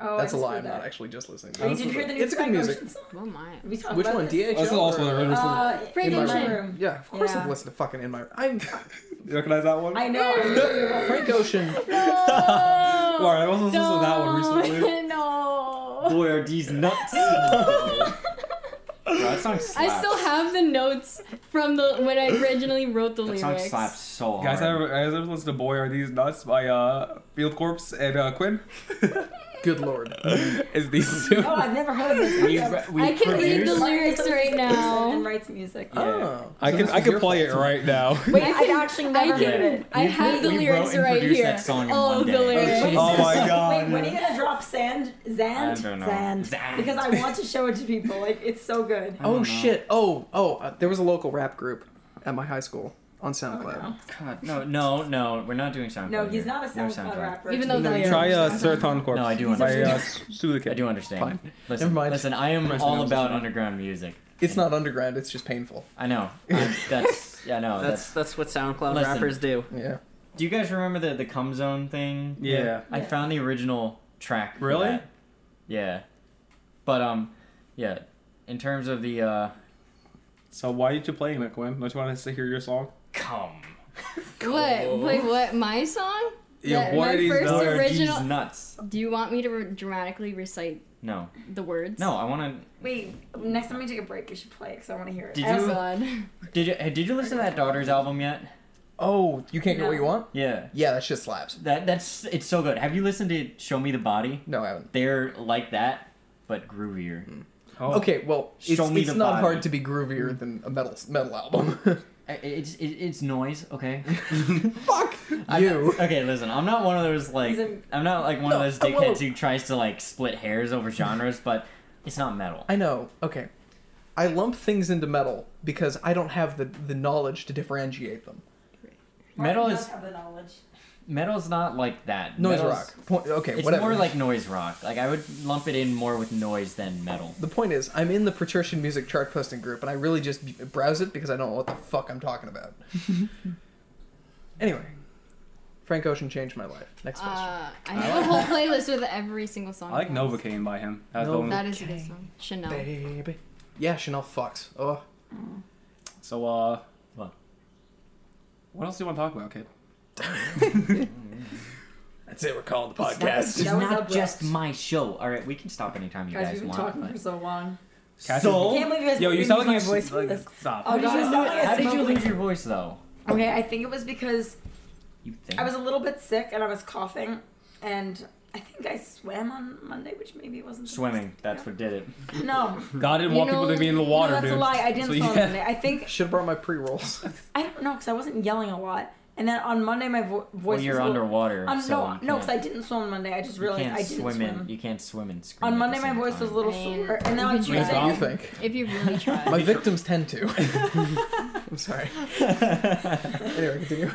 S3: Oh,
S1: That's
S3: a
S1: a lie. I'm not actually just listening. to
S2: Oh,
S1: it.
S3: Wait,
S2: That's
S3: did you hear the new
S1: It's good
S3: Frank
S1: music.
S3: Ocean song?
S5: Oh my.
S3: We talked
S1: Which
S3: about
S1: one?
S3: This?
S1: DHL.
S2: This is also
S1: or-
S2: another original.
S3: Uh,
S5: Right
S3: in
S1: in
S3: my
S1: my
S3: room.
S1: Yeah, of course I've
S3: Yeah.
S1: listened to fucking in my. I'm <laughs>
S2: You recognize that one? <laughs>
S3: I know. I know you're right.
S1: Frank Ocean.
S2: All right, I also listened to that one recently.
S5: <laughs> no.
S4: Boy, are these
S6: <laughs>
S4: nuts.
S2: Bro, that song slaps.
S5: I still have the notes from the when I originally wrote the
S4: That
S5: lyrics.
S4: song slaps so hard.
S2: Guys, I ever, guys, ever listened to "Boy Are These Nuts" by uh, Field Corpse and uh, Quinn?
S1: Good lord.
S2: Is these two?
S3: <laughs> Oh, I've never heard of this.
S4: We-
S3: I've-
S4: we
S5: I can read the
S4: produced-
S5: lyrics right
S3: <laughs> And
S5: now.
S3: writes music.
S4: Yeah.
S1: Oh,
S2: I
S1: so
S2: can
S1: this
S2: I
S1: was
S2: can
S1: your
S2: <laughs> play it
S1: fault.
S2: right now.
S3: Wait, I've actually
S5: I
S3: never heard
S5: can.
S3: it.
S5: I have the
S4: we
S5: lyrics
S4: wrote and
S5: right
S4: produced
S5: here.
S4: that song in
S5: oh,
S4: one
S5: the
S4: day.
S5: lyrics. <laughs>
S3: Wait,
S2: Oh my
S3: Wait,
S2: god.
S3: when are you gonna drop sand? Zand?
S4: I don't know.
S3: Zand.
S4: Zand.
S3: Because I want to show it to people. Like it's so
S4: <laughs>
S3: good.
S1: Oh shit. Oh oh. Uh, there was a local rap group at my high school on SoundCloud.
S4: God, no, no, no. We're not doing SoundCloud.
S3: No, he's
S4: here.
S3: not a
S4: No
S3: SoundCloud rapper.
S5: Even though
S1: No,
S5: the
S1: you
S2: Try uh,
S5: lyrics-
S2: Serton Corpse.
S4: No, I do
S2: By
S4: understand.
S2: uh, Sue the Kid.
S4: I do understand.
S1: Fine.
S4: Listen,
S1: Never mind.
S4: listen, I am
S2: Never
S4: all
S2: mind.
S4: about underground music.
S1: It's not underground. It's just painful.
S4: I know. I, that's yeah, I know.
S6: That's
S4: Uh, That's,
S6: that's what SoundCloud
S4: Listen.
S6: rappers do.
S1: Yeah.
S4: Do you guys remember the the cum zone thing?
S2: Yeah.
S4: I found the original track. for
S2: Really?
S4: that. Yeah. But um, yeah. In terms of the uh,
S2: So why did you playing it, Quinn? Don't you want us to hear your song?
S4: cum.
S5: What? Wait, what? My song? Yeah,
S2: Boy
S5: my
S2: Are These
S5: first
S2: Nuts.
S4: Where are
S5: original-
S4: these nuts.
S5: Do you want me to re- dramatically recite
S4: No,
S5: the words?
S4: no. I want
S3: Wait, next time we take a break, you should play because I want to hear it.
S4: Did
S5: Oh
S4: you-
S5: God.
S4: to. Did you hey, did you listen to that Daughters album yet?
S1: Oh, you can't get what you
S3: No.
S1: want.
S4: Yeah.
S1: Yeah, that shit slaps.
S4: That that's it's so good. Have you listened to Show Me the Body?
S1: No, I haven't.
S4: They're like that, but groovier.
S1: Hmm.
S2: Oh.
S1: Okay, well, it's,
S4: Show me
S1: it's
S4: the
S1: not
S4: body.
S1: hard to be groovier than a metal metal album. <laughs>
S4: I- It's it, it's noise, okay.
S1: Fuck
S4: <laughs> I'm-
S1: you.
S4: okay, listen. I'm not one of those like
S3: He's a-
S4: I'm not like one
S1: No,
S4: of those
S1: I won't.
S4: dickheads who tries to like split
S1: <laughs>
S4: hairs over genres, but it's not metal.
S1: I know. Okay. I lump things into metal because I don't have the, the knowledge to differentiate them.
S3: Mark
S4: Metal
S3: does
S4: is-
S3: have the knowledge.
S4: Metal's not like that.
S1: Noise
S4: Metal's-
S1: rock. Point, okay,
S4: It's
S1: whatever.
S4: more like noise rock. Like I would lump it in more with noise than metal.
S1: the point is, I'm in the Patrician music chart posting group, and I really just b- browse it because I don't know what the fuck I'm talking
S4: <laughs>
S1: about. anyway, Frank Ocean changed my life. Next question.
S5: Uh, I have a whole playlist with every single song.
S2: I like Novocaine by him. That's the
S1: Nova-
S2: one.
S5: That is a good song. Chanel.
S1: Baby. Yeah, Chanel fucks. Oh,
S2: So uh,
S4: What?
S2: What else do you want to talk about, kid?
S1: that's it. We're calling the podcast.
S4: It's
S2: <laughs>
S3: That was
S4: not
S3: abrupt.
S4: just my show. All right, we can stop anytime you
S3: Guys,
S4: guys,
S3: we've been
S4: want.
S3: talking
S4: but-
S3: for so long.
S4: So-
S3: I can't believe you guys
S2: Yo, you
S3: made
S2: sound
S3: me
S2: like you
S3: use my voice for
S2: like,
S3: this.
S2: Stop.
S3: Oh,
S4: How
S3: God,
S4: did
S3: I
S4: you-
S3: sound like I
S4: how did you
S3: smoked- <laughs>
S4: lose your voice though?
S3: Okay, I think it was because
S4: You think?
S3: I was a little bit sick and I was coughing, and I think I swam on Monday, which maybe wasn't the
S4: swimming.
S3: best.
S4: That's what did it. <laughs>
S3: No,
S2: God didn't
S5: You
S2: want people
S5: know-
S2: to be in the
S3: no,
S2: water,
S3: that's
S2: dude.
S3: a lie. I didn't
S2: So,
S3: swim on
S2: yeah.
S3: Monday. I think
S1: Should have brought my pre rolls.
S3: I don't know because I wasn't yelling a lot. And then on Monday, my vo- voice
S4: Well,
S3: was
S4: you're
S3: a little-
S4: underwater,
S3: Um,
S4: so
S3: no,
S4: you
S3: no, because I
S4: can't-
S3: didn't swim on Monday. I just
S4: you
S3: realized
S4: can't
S3: I didn't
S4: swim,
S3: swim.
S4: in. You can't swim and scream.
S3: On
S4: at the
S3: Monday, my
S4: same
S3: voice was
S4: time.
S3: a little
S5: I mean,
S3: sore, and then
S5: you
S3: on
S5: can try
S1: What do
S3: Tuesday,
S2: Yeah.
S1: you think?
S5: If you really try.
S1: <laughs> My victims tend
S2: <laughs>
S1: to. I'm sorry. anyway, continue.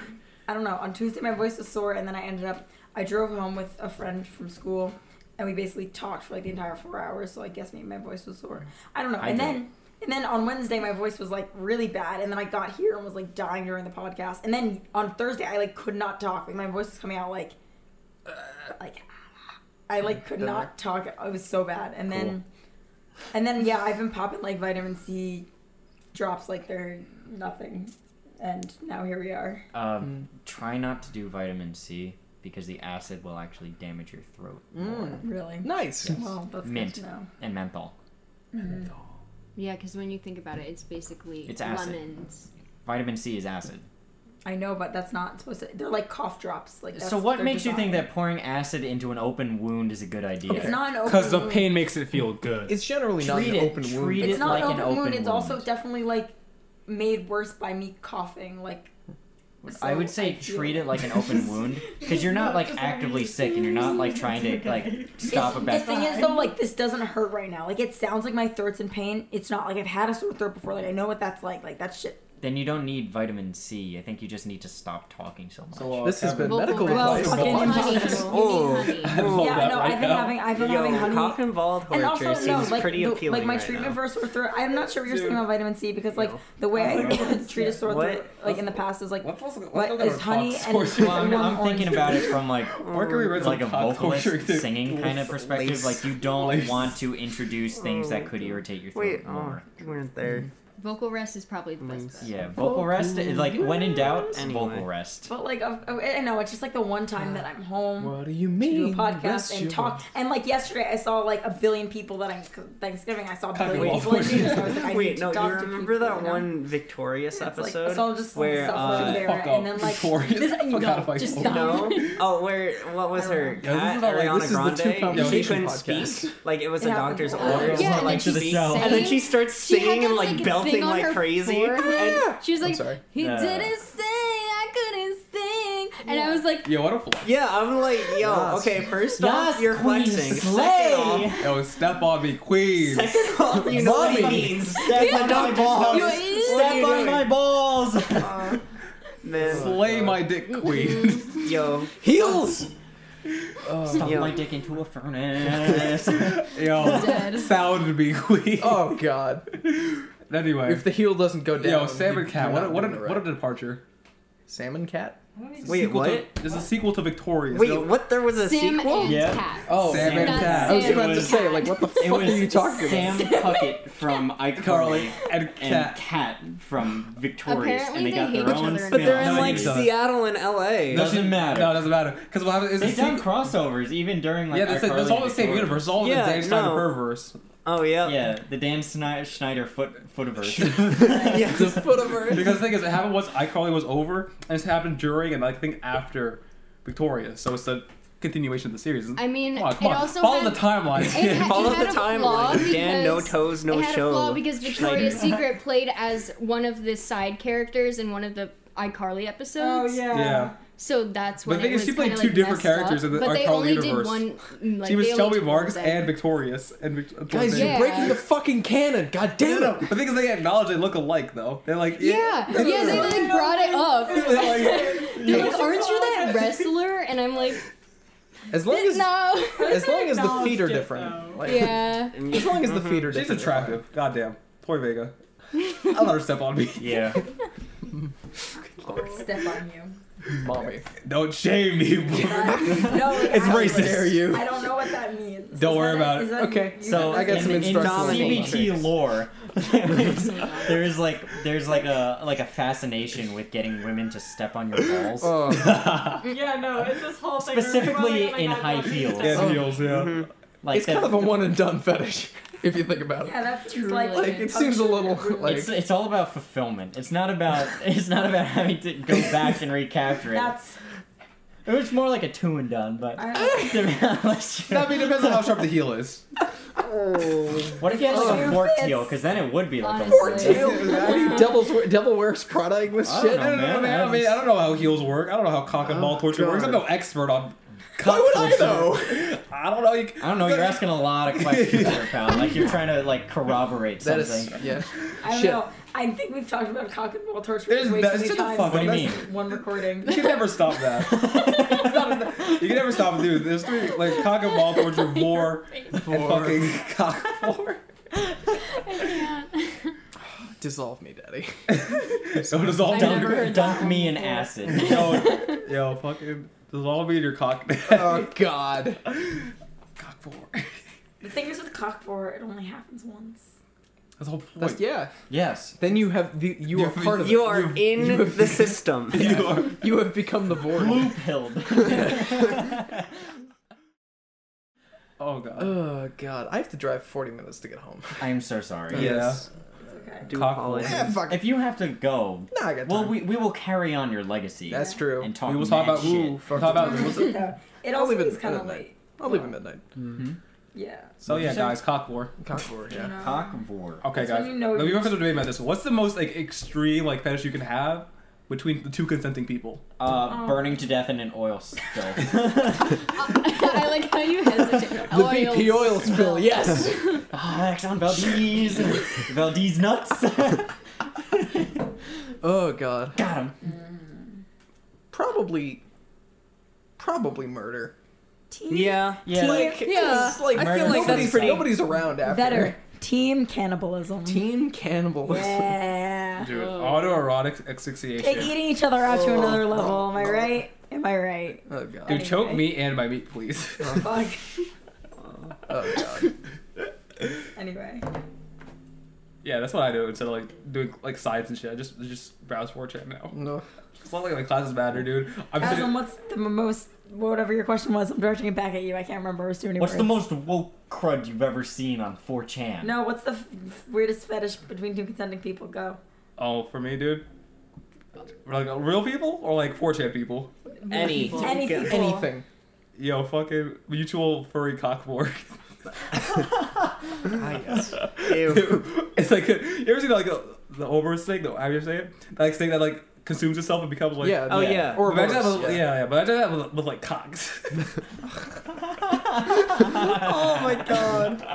S3: I don't know. On Tuesday, my voice was sore, and then I ended up. I drove home with a friend from school, and we basically talked for like the entire four hours. So I guess maybe my voice was sore. I don't know.
S4: I
S3: and
S4: do.
S3: then, and then on Wednesday, my voice was like really bad, and then I got here and was like dying during the podcast. And then on Thursday, I like could not talk. Like my voice was coming out like, like, I like could
S1: Been
S3: not talk. It was so bad. And then, and then yeah, I've been popping like vitamin C drops like they're nothing, and now here we are.
S4: Um, Try not to do vitamin C because the acid will actually damage your throat more.
S3: Really.
S1: Nice.
S3: Well, that's
S4: Mint.
S3: good to know.
S4: and menthol. Mm-hmm.
S5: Yeah, because when you think about it, it's basically
S4: It's acid.
S5: lemons.
S4: Vitamin C is acid.
S3: I know, but that's not supposed to. They're like cough drops. Like that's
S4: so what
S3: their
S4: makes you think
S3: design.
S4: that pouring acid into an open wound is a good idea?
S3: It's not
S2: <laughs>
S3: an open.
S2: Because the
S3: wound.
S2: pain makes it feel good.
S1: It's generally not
S4: Treat
S1: an
S4: it,
S1: open wound.
S4: treat
S3: It's
S4: it
S3: not
S4: like
S3: an
S4: an
S3: open wound.
S4: open
S3: It's also
S4: wound.
S3: definitely like made worse by me coughing. Like
S4: I would
S3: So
S4: say
S3: feel-
S4: treat it like
S3: <laughs>
S4: an open wound because you're not like actively sick and you're not
S7: <laughs>
S4: like trying to like stop a
S3: The
S4: bad.
S3: thing is though, like this doesn't hurt right now. Like it sounds like my throat's in pain. It's not like I've had a sore throat before. Like I know what that's like. Like that shit.
S4: Then you don't need vitamin C. I think you just need to stop talking so much.
S2: So, uh,
S1: This has
S2: Evan,
S1: been- Medical
S3: well,
S1: advice.
S3: fucking
S2: Oh,
S3: honey.
S6: Oh.
S2: <laughs> I love
S3: yeah,
S2: that
S3: no,
S2: right
S3: I've been
S2: now.
S3: having, I've been having
S6: Yo,
S3: honey.
S6: cock and ball
S3: and
S6: torture
S3: also,
S6: seems
S3: no, like,
S6: pretty
S3: the-
S6: appealing
S3: like my
S6: right
S3: treatment
S6: now.
S3: <laughs> for a sore throat. I'm not sure what you're saying
S2: Dude.
S3: about vitamin C because like
S6: No.
S3: the way I
S7: What?
S3: treat a sore throat, like in the past, is like
S2: Let's, let's, let's
S3: What
S2: go get
S3: is
S2: our
S3: honey
S2: cock
S3: and-
S2: torture.
S4: Well, I'm, I'm thinking about it from <laughs> like
S2: Where can we rent
S4: like a
S2: some cock
S4: vocalist <laughs>
S2: torture? to-
S4: singing
S2: <laughs>
S4: kind of perspective.
S6: Lace.
S4: Like you don't
S2: Lace.
S4: want to introduce things that could irritate your throat
S6: Wait, oh,
S4: more.
S6: we weren't there.
S5: Vocal rest is probably the best. bet.
S4: Yeah, vocal rest. is- Like when in doubt,
S6: Anyway.
S4: vocal rest.
S3: But like, of- of- I know it's just like the one time that I'm home
S1: What do you
S3: to do
S1: mean?
S3: a podcast
S1: Rest
S3: and
S1: your-
S3: talk. And like yesterday, I saw like a billion people that I Thanksgiving. I saw a
S2: Cock
S3: billion
S2: and
S3: people.
S2: ball
S3: Like, Jesus, I was like, I need
S6: Wait,
S3: to
S6: no, you
S3: talk to
S6: remember
S3: people,
S6: that
S3: you know?
S6: one Victorious
S3: It's like-
S6: episode?
S3: it's all just
S6: where,
S3: suffering
S6: uh,
S3: there,
S2: fuck
S3: and
S2: up,
S3: then like <laughs>
S2: Victorious.
S3: this,
S2: Fuck
S3: no,
S2: out of my
S3: just
S2: phone.
S3: <laughs> stop.
S6: No. Oh, where? What was her?
S2: Yeah, this is
S6: Cat,
S2: not like-
S6: Ariana
S1: this is the
S6: Grande.
S1: two
S6: she
S1: conversation
S6: couldn't
S1: podcast.
S6: speak. Like it was
S3: It
S6: a
S3: happens.
S6: doctor's
S3: Yeah,
S6: order.
S5: Yeah, and then
S4: like to
S5: she's
S4: the show.
S5: singing.
S6: And then she starts
S5: She had
S6: singing
S5: that,
S6: and like,
S5: a
S6: belting
S5: thing on
S6: like
S5: her
S6: crazy.
S5: forehead.
S6: And
S5: she was
S1: I'm
S5: like,
S1: sorry.
S5: he
S4: Yeah.
S5: didn't sing, I couldn't sing. And I was like,
S2: Yo, what a flex.
S6: yeah, I'm like, yo, okay. First off, you're
S4: queen,
S6: flexing.
S4: slay!
S6: Second off,
S2: Yo, step on me, queen.
S6: second off, you know what it
S4: Body.
S6: means.
S4: Step on my
S6: Oh,
S4: balls.
S5: you idiot. <laughs>
S6: What are
S4: Step
S6: you
S4: on
S6: doing?
S4: my balls.
S6: Man,
S2: Slay my dick, queen. <laughs>
S6: yo,
S4: Heels. Stuff
S6: Yeah.
S4: my dick into a furnace.
S2: Yo,
S5: Dead.
S2: sound me, queen.
S1: Oh God!
S2: <laughs> Anyway,
S1: If the heel doesn't go down,
S2: yo, salmon cat. What a, what a,
S1: an
S2: what a departure.
S1: salmon cat.
S6: Wait,
S2: Sequel to-
S6: what?
S2: There's a sequel to Victorious.
S6: wait,
S2: yo.
S6: what? There was a
S5: Sim
S6: sequel.
S5: and
S4: Yeah.
S5: Cat.
S1: Oh,
S2: Salmon
S1: salmon
S5: Not
S2: cat.
S1: I was
S5: Sam
S1: about to
S5: and
S1: say,
S5: Cat.
S1: like, what the fuck
S4: It
S1: are
S4: was
S1: you talking
S4: Sam
S1: about?
S4: Puckett from iCarly
S2: Carly and
S4: and
S2: cat.
S4: Cat from Victorious,
S5: Apparently
S4: and they,
S5: they
S4: got
S5: hate
S4: their own.
S5: each other.
S6: But they're
S2: No,
S6: in
S2: I
S6: like
S2: think so.
S6: Seattle and L.A.
S4: No, Doesn't matter.
S2: No, it doesn't matter. Because what happens is
S4: They've
S2: it's a
S4: done
S2: sequel.
S4: crossovers even during like
S2: Yeah, that's, it.
S4: iCarly
S2: that's all
S4: and
S2: the same
S4: Victorious.
S2: universe. All
S6: Yeah,
S2: the Dan Snyder
S6: no.
S2: perverse.
S6: Oh yeah.
S4: Yeah, the Dan Sni- Schneider foot footiverse.
S6: Yeah.
S1: The foot of her.
S2: Because the thing is, it happened once iCarly was over, and it's happened during and I think after Victoria. So it's a continuation of the series.
S5: I mean,
S2: come on, come
S5: it
S2: on.
S5: also
S2: follow
S5: had-
S2: the timeline.
S5: It ha-
S6: Follow
S5: it had
S6: the
S5: a flaw
S6: timeline. Dan, no
S5: because-
S6: toes, no
S5: it had
S6: show.
S5: a flaw because Victoria's
S6: Schneider.
S5: Secret played as one of the side characters in one of the iCarly
S7: Oh
S5: episodes.
S2: <laughs>
S7: yeah.
S2: yeah,
S5: So that's
S2: But
S5: when
S2: the thing
S5: it
S2: is,
S5: was
S2: she played
S5: kinda,
S2: two
S5: like,
S2: different
S5: messed up.
S2: characters in the
S5: But they
S2: iCarly
S5: only
S2: universe.
S5: did one. mm, Like,
S2: she was
S5: they only
S2: Shelby
S5: did one
S2: Marks
S5: thing.
S2: and Victorious and Vic-
S1: Guys,
S5: Yeah.
S1: you're breaking the fucking canon. God
S2: No,
S1: damn
S2: no,
S1: it!
S2: the thing is, they acknowledge they look alike though. They're like,
S5: Yeah, yeah, they like brought it <laughs> up.
S2: They're like,
S5: They're like, "Aren't you that wrestler?" And I'm like,
S1: As long as
S5: <laughs> "No."
S1: as long as the feet are
S7: Acknowledged it,
S1: different.
S7: though.
S1: Like,
S5: yeah.
S1: <laughs>
S5: <laughs>
S1: As long
S6: Mm-hmm.
S1: as the feet are
S2: she's
S1: different.
S2: attractive. Goddamn, Toy
S5: <laughs>
S2: Vega. I'll let her step on me.
S4: yeah,
S3: <laughs> Step on you.
S1: Mommy.
S2: Don't shame me.
S3: no,
S2: It's
S3: I-
S2: racist.
S1: dare you.
S3: I don't know what that means.
S2: Don't
S3: Is
S2: worry
S3: that
S2: about
S3: is
S2: it.
S3: that-
S1: Okay.
S3: you
S4: So
S3: got-
S1: I got some
S4: in, in
S1: instructional
S4: CBT
S1: matrix. <laughs>
S4: lore, there's, there's like there's like a like a fascination with getting women to step on your balls.
S1: Oh,
S7: Mm, Yeah, no, it's this whole thing. where
S4: Specifically
S7: people are like, oh my
S4: in
S7: God,
S4: high
S7: don't do
S4: heels.
S7: this.
S5: Oh.
S2: And heels, <laughs>
S5: Mm-hmm.
S2: yeah.
S4: Like
S1: it's
S4: that-
S1: kind of a one and done fetish, if you think about it.
S3: Yeah, that's true. Like,
S5: Like,
S1: Like it seems a little like
S4: it's, it's all about fulfillment. It's not about <laughs> it's not about having to go back and recapture it.
S3: that's.
S4: It was more like a two and done, but <laughs>
S3: I-
S4: Unless
S2: I
S4: you're-
S2: mean, it depends on how sharp the heel is.
S4: what if you had like
S3: Oh.
S4: a fork heel? Because then it would be like
S5: Honestly.
S4: a fork
S1: Ew, what are you devil's devil wears prodding this
S4: I don't
S1: shit?
S2: No,
S4: know,
S2: no, no,
S4: man,
S2: man. I
S4: that's-
S2: mean, I don't know how heels work. I don't know how cock and ball
S1: Oh,
S2: torture works. I'm
S1: God.
S2: no expert on.
S1: Why would I
S2: torture.
S1: know?
S2: I don't know. You,
S4: I don't know. You're asking a lot of questions there, pal. Like you're trying to like corroborate
S1: That
S4: something.
S1: is <laughs> yeah.
S3: I don't
S1: Shit.
S3: know. I think we've talked about cock and ball torture
S2: There's
S3: way
S2: that-
S3: too many
S2: shut the
S3: times.
S2: fuck
S4: What do you
S2: up.
S4: mean?
S3: One recording.
S2: You can never stop that. you can never stop, dude. There's three like cock and ball torture, war, and fucking cock <laughs> war.
S1: Dissolve me, daddy.
S2: So does all
S5: I
S4: Dunk,
S5: never heard that
S4: dunk me in acid.
S2: <laughs> Yo, yo, fucking does all be in your cock. <laughs>
S1: Oh <laughs> God.
S2: cock war.
S3: The thing is with cock four, it only happens once.
S2: That's the whole point.
S1: That's, yeah.
S4: yes.
S1: Then you have you, you are
S2: You've-
S1: part of
S6: You
S1: it.
S6: are
S1: You've-
S6: in
S1: you have,
S6: the
S5: <laughs>
S6: system.
S2: You are.
S1: <laughs> you have become the void.
S4: Blue pilled.
S2: Oh god.
S1: Oh God, I have to drive forty minutes to get home.
S4: I'm so sorry.
S2: Yeah.
S3: It's okay.
S6: Do
S2: Cock
S6: apologize.
S2: hole.
S1: Ah, fuck.
S4: If you have to go,
S1: Nah, I got time.
S4: well, we, we will carry on your legacy.
S1: That's true.
S4: And talk
S2: We will talk
S4: mad
S2: about
S4: shit.
S2: ooh. Talk about what's it?
S3: It
S1: I'll
S3: also
S1: leave it
S3: is kind
S1: at
S3: of
S1: that.
S3: late.
S1: I'll leave at midnight.
S3: Yeah.
S2: So
S4: What'd you
S2: yeah,
S4: say?
S2: guys, cock war.
S1: Cock war,
S3: You
S1: yeah.
S3: know.
S4: Cock vor.
S2: Okay,
S3: That's when
S2: guys.
S3: you know
S2: Now,
S3: you-
S2: we've also debated about this. What's the most like extreme like fetish you can have? between the two consenting people.
S5: Oh.
S4: Uh, burning to death in an oil spill.
S5: I like how you hesitate. <laughs>
S1: The BP oil
S4: <laughs>
S1: spill, yes.
S4: Ah, Exxon Valdez, Valdez nuts. <laughs>
S1: oh god.
S4: Got him.
S1: Probably probably murder.
S3: Team
S6: Yeah.
S4: Yeah.
S1: Like
S3: Yeah.
S1: it's like
S4: I feel like
S1: nobody's,
S4: that's pretty-
S1: nobody's around after.
S3: better. Team cannibalism.
S1: <laughs> Teen cannibals.
S3: Yeah.
S2: <laughs> Dude, autoerotic asphyxiation.
S3: Take eating each other out to
S1: Oh.
S3: another level. Am I right? Am I right?
S1: Oh god.
S2: Dude, choke me and my meat, <laughs> please.
S3: Fuck.
S1: Oh god.
S3: Anyway.
S2: yeah, that's what I do instead of like doing like science and shit. I just I just browse 4chan now. <laughs>
S1: No.
S2: It's not like my classes matter, dude. I'm
S3: Aslan,
S2: sitting,
S3: what's the most, whatever your question was, I'm directing it back at you. I can't remember. It was too many
S4: What's the
S3: words.
S4: most woke crud you've ever seen on 4chan? <laughs>
S3: No, what's the f- f- weirdest fetish between two consenting people? Go.
S2: oh, for me, dude. Like real people or like 4chan people?
S6: Any.
S3: Anything.
S1: Anything.
S2: Yo, fucking mutual furry
S1: <laughs>
S2: cock war.
S1: Ah
S2: <laughs>
S1: yes.
S6: Ew.
S2: it's like a, you ever seen like a, the Oberus snake, the Irish snake, that like, snake that like consumes itself and becomes like
S1: yeah.
S6: Oh yeah.
S1: Or
S2: Imagine
S1: worse,
S2: that with, yeah. yeah, but imagine that with, with like cocks.
S4: <laughs> Oh my god.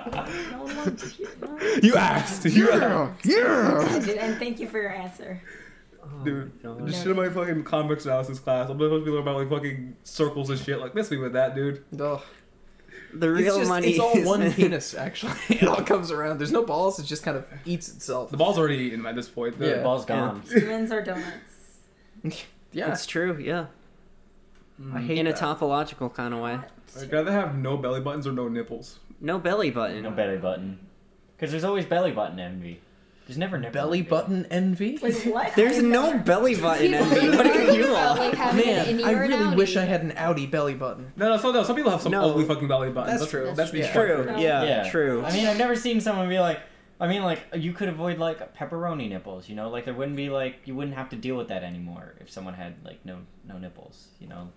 S3: No one's here. No.
S2: <laughs>
S3: <laughs>
S2: you asked, you asked,
S1: Yeah.
S3: I did, and thank you for your answer.
S2: dude.
S4: Oh,
S2: Just shit in my fucking comics analysis class. I'm supposed to be learning about like fucking circles and shit. Like miss me with that, dude.
S1: Ugh.
S6: The
S1: It's
S6: real
S1: just-
S6: money.
S1: It's all <laughs>
S6: is- <laughs>
S1: one penis, actually. It all comes around. There's no balls. It just kind of eats itself.
S2: The ball's already eaten at this point. The
S1: Yeah.
S4: The ball's gone.
S3: Humans are donuts.
S1: Yeah.
S6: That's true. Yeah.
S4: Mm.
S1: I hate
S6: In a
S1: that.
S6: topological kind of way.
S2: I'd rather have no belly buttons or no nipples.
S6: No belly button.
S4: No belly button. Because there's always belly button envy. There's never nipple
S1: Belly
S4: envy.
S1: button envy.
S3: Wait, what?
S6: There's
S3: I've
S6: no
S3: never-
S6: belly button envy.
S5: People
S6: What are
S5: argue
S6: you
S5: <laughs>
S6: on?
S5: about, like, having an
S1: Man,
S5: innie
S1: I
S5: or an
S1: really
S5: outie.
S1: wish I had an Audi belly button.
S2: No, no, so no. Some people have some
S6: No.
S2: ugly fucking belly buttons.
S1: That's true.
S2: That's
S1: That's
S2: me.
S6: True.
S3: No.
S6: Yeah.
S4: Yeah.
S6: True.
S4: I mean, I've never seen someone be like. I mean, like you could avoid like pepperoni nipples. You know, like there wouldn't be like you wouldn't have to deal with that anymore if someone had like no no nipples. You know.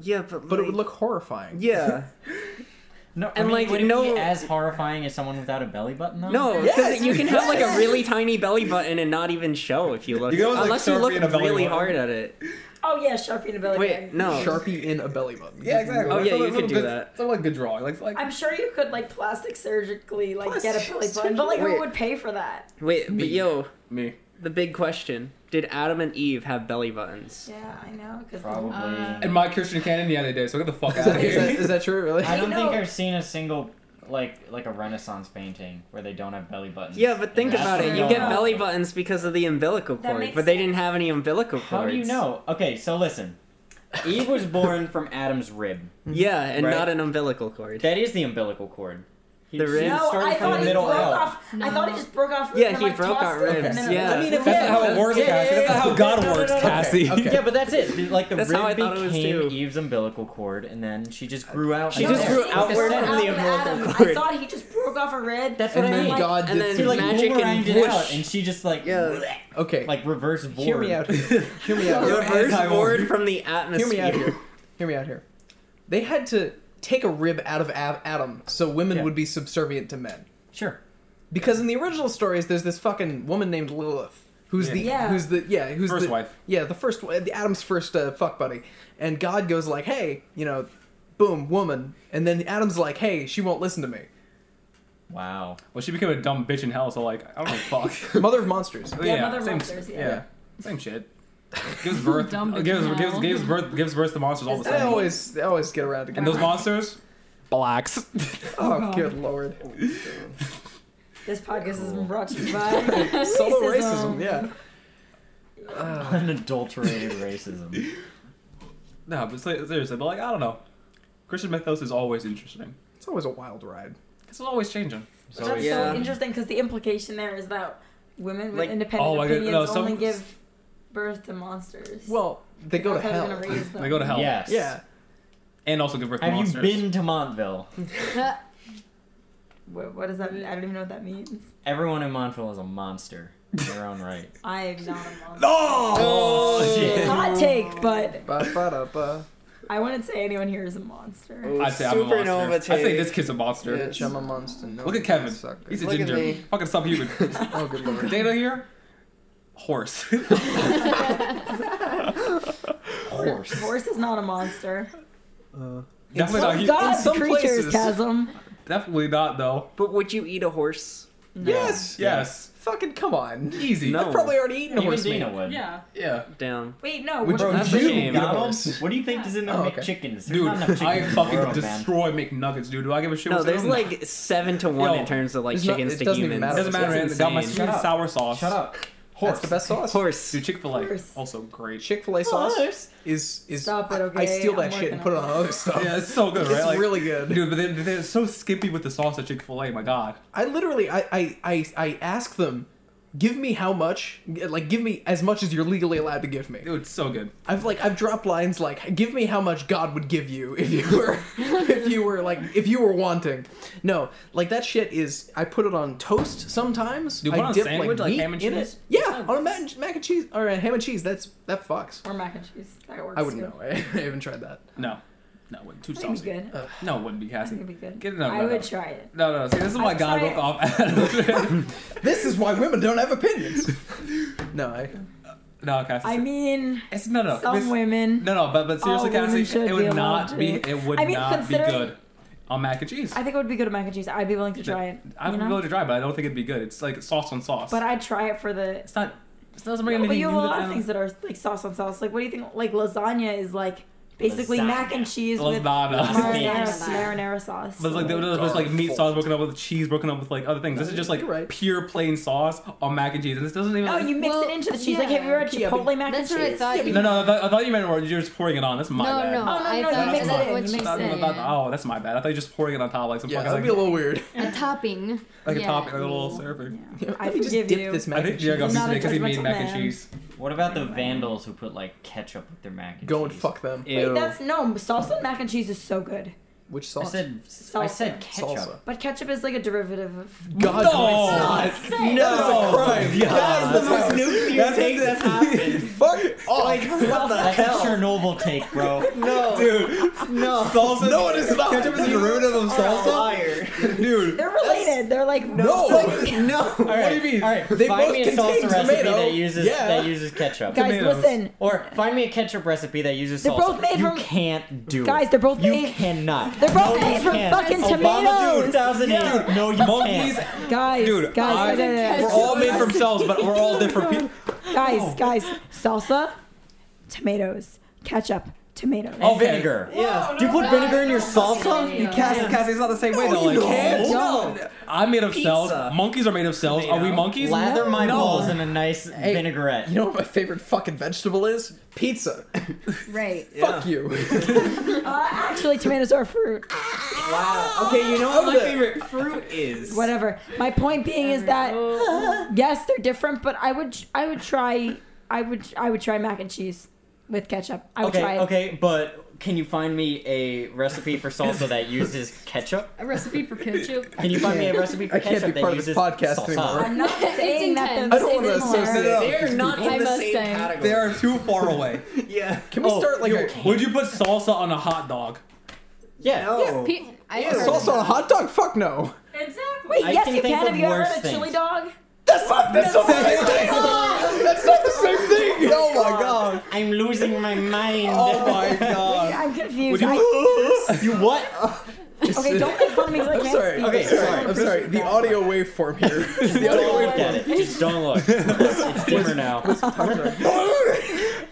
S6: yeah, but
S1: But it
S6: like-
S1: would look horrifying. <laughs>
S6: Yeah.
S4: No,
S6: And, like,
S4: would it
S6: no-
S4: be as horrifying as someone without a belly button. Though?
S6: No, because
S1: Yes!
S6: you can have like a really tiny belly button and not even show if you look.
S2: You can always, like,
S6: unless
S2: Sharpie
S6: you look
S2: in a belly
S6: really
S2: button.
S6: hard at it.
S3: Oh yeah, Sharpie and a belly button.
S6: Wait, no.
S1: Sharpie in a belly button.
S2: Yeah, exactly.
S6: Oh, yeah,
S2: Some-
S6: you
S2: some
S6: could do
S2: good-
S6: that.
S2: Some like good drawing. Like like
S3: I'm sure you could like plastic surgically like get a
S1: Plastic
S3: belly button, but like
S6: surgery?
S3: who would pay for that?
S6: Wait, but yo,
S2: me.
S6: the big question: Did Adam and Eve have belly buttons?
S3: Yeah, I know. Cause
S4: Probably.
S5: Uh,
S2: In my Christian canon, yeah, they did. So get
S1: <laughs>
S2: the fuck
S1: Is
S2: out of
S1: that,
S2: here.
S1: is,
S2: <laughs>
S1: that, is that true? Really?
S4: I don't
S3: I
S4: think
S3: know.
S4: I've seen a single like like a Renaissance painting where they don't have belly buttons.
S6: Yeah, but think
S4: That's
S6: about it.
S4: what
S6: You
S4: I'm
S6: get
S4: going
S6: belly
S4: off of.
S6: buttons because of the umbilical
S3: That
S6: cord,
S3: makes
S6: but they didn't have any umbilical cords.
S4: How do you know? Okay, so listen, Eve was born from Adam's rib.
S6: Yeah, and
S4: Right.
S6: not an umbilical cord.
S4: That is the umbilical cord. He,
S6: The
S4: he
S6: rib?
S3: No,
S4: started
S3: I
S4: from the
S3: thought he
S4: middle
S3: broke
S4: out.
S3: off. I thought he just broke off.
S6: Yeah,
S3: and,
S6: he
S3: like,
S6: broke
S3: tossed
S6: our
S3: it in
S6: ribs,
S3: and it-
S6: yeah.
S3: I mean,
S2: That's not how it works,
S6: Yeah,
S2: Cassie.
S6: yeah,
S2: That's not
S6: yeah.
S2: how God
S6: No, no, no,
S2: works,
S6: no, no.
S2: Cassie.
S1: Okay.
S4: Yeah, but that's it. Like the
S6: That's
S4: rib
S6: how I thought it was,
S4: became
S6: too.
S4: Eve's umbilical cord, and then she just grew out.
S6: She
S4: and
S6: just
S4: there.
S6: grew
S4: Like I
S3: out
S6: outward
S4: said,
S6: from the umbilical
S3: I
S6: cord.
S3: thought he just broke off a rib.
S4: That's
S1: and
S4: what I
S1: then
S4: mean.
S1: God
S6: and
S1: did.
S6: then-
S4: She like
S6: Magic and
S4: boomeranged it out,
S6: whoosh.
S4: and she just like
S6: Yeah.
S1: <laughs> okay.
S4: like reverse board.
S1: hear me out.
S4: <laughs>
S1: Here. Hear me out. <laughs>
S6: Your
S1: here.
S6: first
S2: Anti-war.
S6: word from the
S1: Hear
S6: atmosphere.
S1: me out here. Hear me out here. They had to take a rib out of Ab- Adam so women
S4: Yeah.
S1: would be subservient to men.
S4: Sure.
S1: Because in the original stories, there's this fucking woman named Lilith, who's the
S3: Yeah.
S1: who's the yeah who's
S2: First
S1: the,
S2: wife.
S1: Yeah, the first wi- the Adam's first uh, fuck buddy, and God goes like, hey, you know, boom, woman, and then Adam's like, hey, she won't listen to me,
S4: Wow.
S2: Well, she became a dumb bitch in hell, so like, I don't give a
S1: <laughs>
S2: fuck.
S1: mother of monsters.
S3: Yeah, mother monsters, yeah.
S2: same shit.
S5: <laughs>
S2: Gives birth,
S5: Dumb bitch
S2: gives,
S5: in
S2: gives,
S5: hell.
S2: gives birth, gives birth to monsters all the
S1: They
S3: that-
S2: time.
S1: always they always get around
S2: And
S1: together.
S2: those monsters, blacks.
S1: oh, good lord,
S3: This podcast has been brought to
S2: <laughs>
S3: you
S5: <laughs>
S3: by
S1: solo racism, yeah.
S4: Unadulterated racism.
S2: <laughs> no, but se- seriously, but like, I don't know. Christian mythos is always interesting.
S1: It's always a wild ride.
S2: It's always changing.
S4: So
S3: That's
S6: Yeah.
S3: so interesting because the implication there is that women with
S6: Like-
S3: independent
S2: oh my God,
S3: opinions
S2: no, some-
S3: only give birth to monsters.
S1: Well, they go to
S3: That's how they're
S1: hell.
S3: gonna raise
S2: <laughs>
S3: them.
S2: They go to hell.
S4: Yes.
S1: <laughs> Yeah,
S2: And also give birth to
S4: Have
S2: monsters.
S4: you been to Montville?
S3: What, what does that mean? I don't even know what that means.
S4: Everyone in Montville is a monster in their own
S1: <laughs>
S4: right.
S3: I am not a monster.
S2: Oh! <laughs>
S4: shit.
S3: Hot take, but
S1: ba ba da ba.
S3: I wouldn't say anyone here is a monster.
S2: I'd say I'm a
S6: Supernova
S2: monster. I'd say
S6: take.
S2: this kid's a monster.
S1: Bitch, I'm a monster. No,
S2: Look at Kevin.
S1: sucker.
S2: He's a
S6: Look at
S2: ginger.
S6: me.
S2: Fucking subhuman.
S1: Oh, good lord.
S2: Data here? horse.
S6: Oh.
S3: <laughs>
S4: Horse.
S3: Horse is not a monster.
S2: definitely not.
S3: Some
S2: He's-
S3: God's
S2: in some
S3: creatures,
S2: places,
S3: chasm.
S2: definitely not though.
S6: But would you eat a horse?
S1: Yes.
S2: <laughs> Yes,
S1: Fucking come on.
S2: easy.
S6: No.
S1: I've probably already eaten a
S4: Even
S1: horse
S4: Dina
S1: meat.
S4: would.
S7: Yeah.
S2: Yeah,
S6: Damn.
S3: Wait, no.
S1: Would you-
S3: weuld
S6: That's a
S1: you
S6: shame.
S1: eat a
S4: McDonald's?
S1: horse?
S4: What do you think is in the
S1: Oh, okay.
S4: McChickens? There's
S2: dude.
S4: not enough chicken
S2: I
S4: in the
S2: fucking
S4: world, man.
S2: destroy McNuggets, dude. Do I give a shit?
S6: No,
S2: what's
S6: there's
S2: in them?
S6: like seven to one in
S2: Yo,
S6: terms of like
S1: it's not-
S6: chickens
S1: it
S6: to
S1: doesn't even
S6: humans.
S1: matter.
S2: doesn't matter. Man,
S6: It's
S2: They got my
S6: insane.
S2: sweet and
S4: up.
S2: sour sauce.
S4: Shut up.
S1: That's the best sauce.
S6: Horse.
S2: Dude, Chick Fil A
S3: Horse.
S2: also great.
S1: Chick Fil A sauce is is.
S3: Stop it,
S1: I
S3: okay?
S1: steal that
S3: I'm
S1: shit and put
S3: working
S1: it
S3: on
S1: on other stuff.
S2: <laughs> Yeah, it's so good,
S1: It's
S2: right? Like-
S1: really good.
S2: dude. But they're, they're so skimpy with the sauce at Chick Fil A. My God,
S1: I literally, I, I, I, I ask them, give me how much, like, give me as much as you're legally allowed to give me.
S2: dude, it's so good.
S1: I've like, I've dropped lines like, give me how much God would give you if you were, <laughs> if you were like, if you were wanting. No, like that shit is. I put it on toast sometimes.
S2: Dude,
S1: I
S2: put on a sandwich, like
S1: meat
S2: ham and
S1: in it.
S2: cheese?
S1: Yeah, on a mac and, mac and cheese or a ham and cheese. That's that fucks.
S3: Or mac and cheese. That works
S1: I wouldn't
S3: too.
S1: know. <laughs> I haven't tried that.
S2: No, no, it wouldn't. too
S3: I think
S2: saucy.
S3: it'd be good.
S2: No, it wouldn't be
S3: I think
S2: Cassie.
S3: it'd be good.
S2: Get it up,
S3: I
S2: no, no.
S3: would try it.
S2: No, no. See, this is why
S3: I'm
S2: God
S3: sorry.
S2: broke off Adam. <laughs>
S1: This is why women don't have opinions. no, I.
S2: no, Cassie.
S3: I mean,
S2: it's no, no.
S3: some
S2: this-
S3: women.
S2: No, no. But but seriously,
S3: All women
S2: Cassie,
S3: should
S2: it
S3: be
S2: would
S3: allowed
S2: not
S3: to.
S2: be. It would
S3: I mean,
S2: not be
S3: considering-
S2: good on mac and cheese.
S3: I think it would be good at mac and cheese. I'd be willing to try it.
S2: I'm
S3: you know?
S2: willing to try, but I don't think it'd be good. It's like sauce on sauce.
S3: But I'd try it for the.
S2: it's not. It doesn't bring
S3: No, but
S2: anything
S3: you have a
S2: new to
S3: lot
S2: the
S3: of
S2: animal.
S3: things that are like sauce on sauce. Like, what do you think? Like lasagna is like basically
S4: Lasagna.
S3: mac and cheese with
S2: Lasagna.
S3: marinara,
S5: Lasagna.
S3: marinara sauce.
S2: <laughs> But it's like there- there's like meat sauce broken up with cheese, broken up with like other things. This is just like
S1: you're right.
S2: pure plain sauce on mac and cheese, and this doesn't even.
S3: oh, you mix
S5: Well,
S3: it into the cheese. Like,
S5: yeah.
S3: have you ever had
S1: Yeah,
S3: Chipotle
S1: but
S3: mac
S5: That's
S3: and
S5: what I
S3: cheese?
S5: thought. you-
S2: no, no, I thought, I thought you meant where you're just pouring it on. That's my
S5: No,
S2: bad.
S5: no,
S3: no,
S5: I
S3: no,
S5: thought
S3: you mix
S5: that's
S3: it in,
S5: what
S3: you
S5: she
S3: mix
S2: Not-
S5: said.
S3: it in.
S2: not- oh, that's my bad. I thought you were just pouring it on top like some
S1: Yeah,
S2: fucking
S1: that'd be
S2: like,
S1: a little weird.
S5: A topping.
S2: like a
S5: Yeah.
S2: top, like a little surfer.
S3: Yeah.
S1: <laughs>
S3: I
S1: Let me just
S3: forgive
S1: dip
S3: you.
S1: This mac
S2: I
S1: and
S2: think Jared got
S1: cheese.
S3: I'm not
S2: me
S3: a
S2: because he made
S3: judgmental
S2: mac and
S3: man.
S2: cheese.
S4: What about the vandals who put like ketchup with their mac and
S1: Go and
S4: cheese?
S1: fuck them.
S6: Ew.
S3: Wait, that's no sauce on mac and cheese is so good.
S1: Which
S4: I
S1: sauce?
S4: said I said ketchup.
S1: Salsa.
S3: But ketchup is like a derivative of.
S1: God,
S2: No!
S1: it's not.
S6: Oh,
S1: That is a crime.
S4: That is the most
S1: nuclear
S4: take that's happened.
S1: Fuck <laughs> off. what the
S4: That's
S1: hell?
S4: a Chernobyl take, bro.
S1: <laughs> No.
S2: Dude,
S1: No. Salsa. No, it is not.
S2: ketchup is a derivative of salsa.
S1: Dude.
S3: They're related. They're like
S1: <laughs> No.
S4: All right.
S1: What do you mean?
S4: All right.
S1: They
S4: find
S1: both
S4: me a salsa
S1: contain
S4: recipe
S1: tomato.
S4: that uses
S1: Yeah.
S4: that uses ketchup.
S3: Guys,
S2: tomatoes.
S3: listen.
S4: Or find me a ketchup recipe that uses
S3: They're
S4: salsa.
S3: both made
S4: you
S3: from-
S4: can't do
S3: Guys,
S4: it.
S3: they're both
S4: You
S3: made-
S4: cannot.
S3: Eh, They're both
S4: no, you
S3: made from
S4: can't.
S3: fucking
S4: Obama,
S3: tomatoes.
S4: dude, 2008. No,
S2: <laughs>
S4: you
S2: Monkeys,
S4: can't.
S3: Guys,
S2: dude. I-
S3: guys, guys, guys,
S2: We're all made from cells, but we're all different people.
S3: guys, guys, salsa, tomatoes, ketchup, tomatoes.
S4: Oh, vinegar.
S1: Yeah.
S4: Do you put vinegar in your salsa?
S5: You
S2: Cassie, Cassie's not the same way though.
S1: you
S2: like,
S1: can't.
S2: no. I'm made of cells.
S6: Pizza.
S2: Monkeys are made of cells. Are we
S6: Tomato.
S2: monkeys?
S4: Lather my
S2: no.
S4: balls in a nice vinaigrette.
S1: You know what my favorite fucking vegetable is? Pizza. <laughs>
S5: Right.
S1: Fuck <laughs> you.
S3: Uh, actually, tomatoes are fruit.
S6: Wow. Oh, Okay, you know what
S1: Over
S6: my
S1: there.
S6: favorite fruit is?
S3: Whatever. My point being is that yes, they're different, but I would I would try I would I would try mac and cheese with ketchup. I would try
S4: Okay,
S3: it.
S4: okay, but can you find me a recipe for salsa that uses ketchup?
S5: A recipe for <laughs> ketchup.
S4: Can you find me a recipe for
S1: I can't
S4: ketchup
S1: be
S4: that
S1: part of this
S4: uses
S1: podcast
S4: salsa?
S1: anymore.
S3: I'm not saying that.
S5: intense.
S1: I
S3: they're
S1: don't wanna
S3: similar.
S1: associate it.
S6: They're not in
S5: I
S6: the
S5: must
S6: same
S5: say.
S6: category.
S2: They are too far away.
S6: yeah.
S1: Can we start like a
S2: Would you put salsa on a hot dog?
S4: Yeah.
S6: No.
S5: Pe- I heard
S1: salsa
S5: <laughs>
S1: on a hot dog? Fuck no.
S7: Exactly.
S3: Wait,
S4: I
S3: yes,
S4: can
S3: you
S4: think
S3: can.
S4: of
S3: Have you ever
S4: worse
S3: had a chili
S4: things.
S3: dog?
S1: That's not. <laughs> That's not the same thing. That's not the same thing. Oh my god.
S4: I'm losing my mind.
S1: Oh my god.
S3: I'm
S2: Would
S3: confused.
S2: you?
S3: I, <laughs>
S4: you what?
S3: okay, don't make fun of me. 'cause I
S1: I'm
S3: can't
S1: sorry.
S3: speak.
S1: Okay,
S4: sorry.
S1: sorry. I'm sorry. The audio waveform here. <laughs> The audio
S4: <laughs> Don't look
S1: waveform.
S4: at it.
S6: <laughs>
S4: Just don't look. It's dimmer now.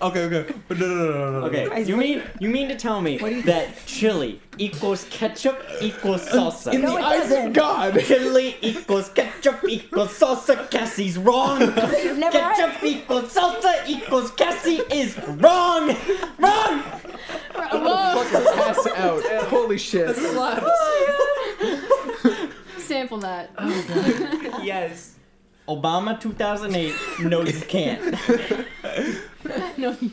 S2: okay, okay. But no, no, no, no, no, no.
S4: Okay, you mean you mean to tell me that chili equals ketchup equals salsa?
S1: In
S3: No,
S1: <laughs> the
S3: it
S1: eyes of
S3: doesn't.
S1: God.
S4: Chili equals ketchup equals salsa. Cassie's wrong.
S3: never had-
S4: ketchup equals salsa equals Cassie is wrong. Wrong.
S1: Fucking pass
S3: <laughs>
S1: out. Holy shit.
S5: sample that.
S6: Yes.
S4: Obama 2008. No, you can't.
S5: no, you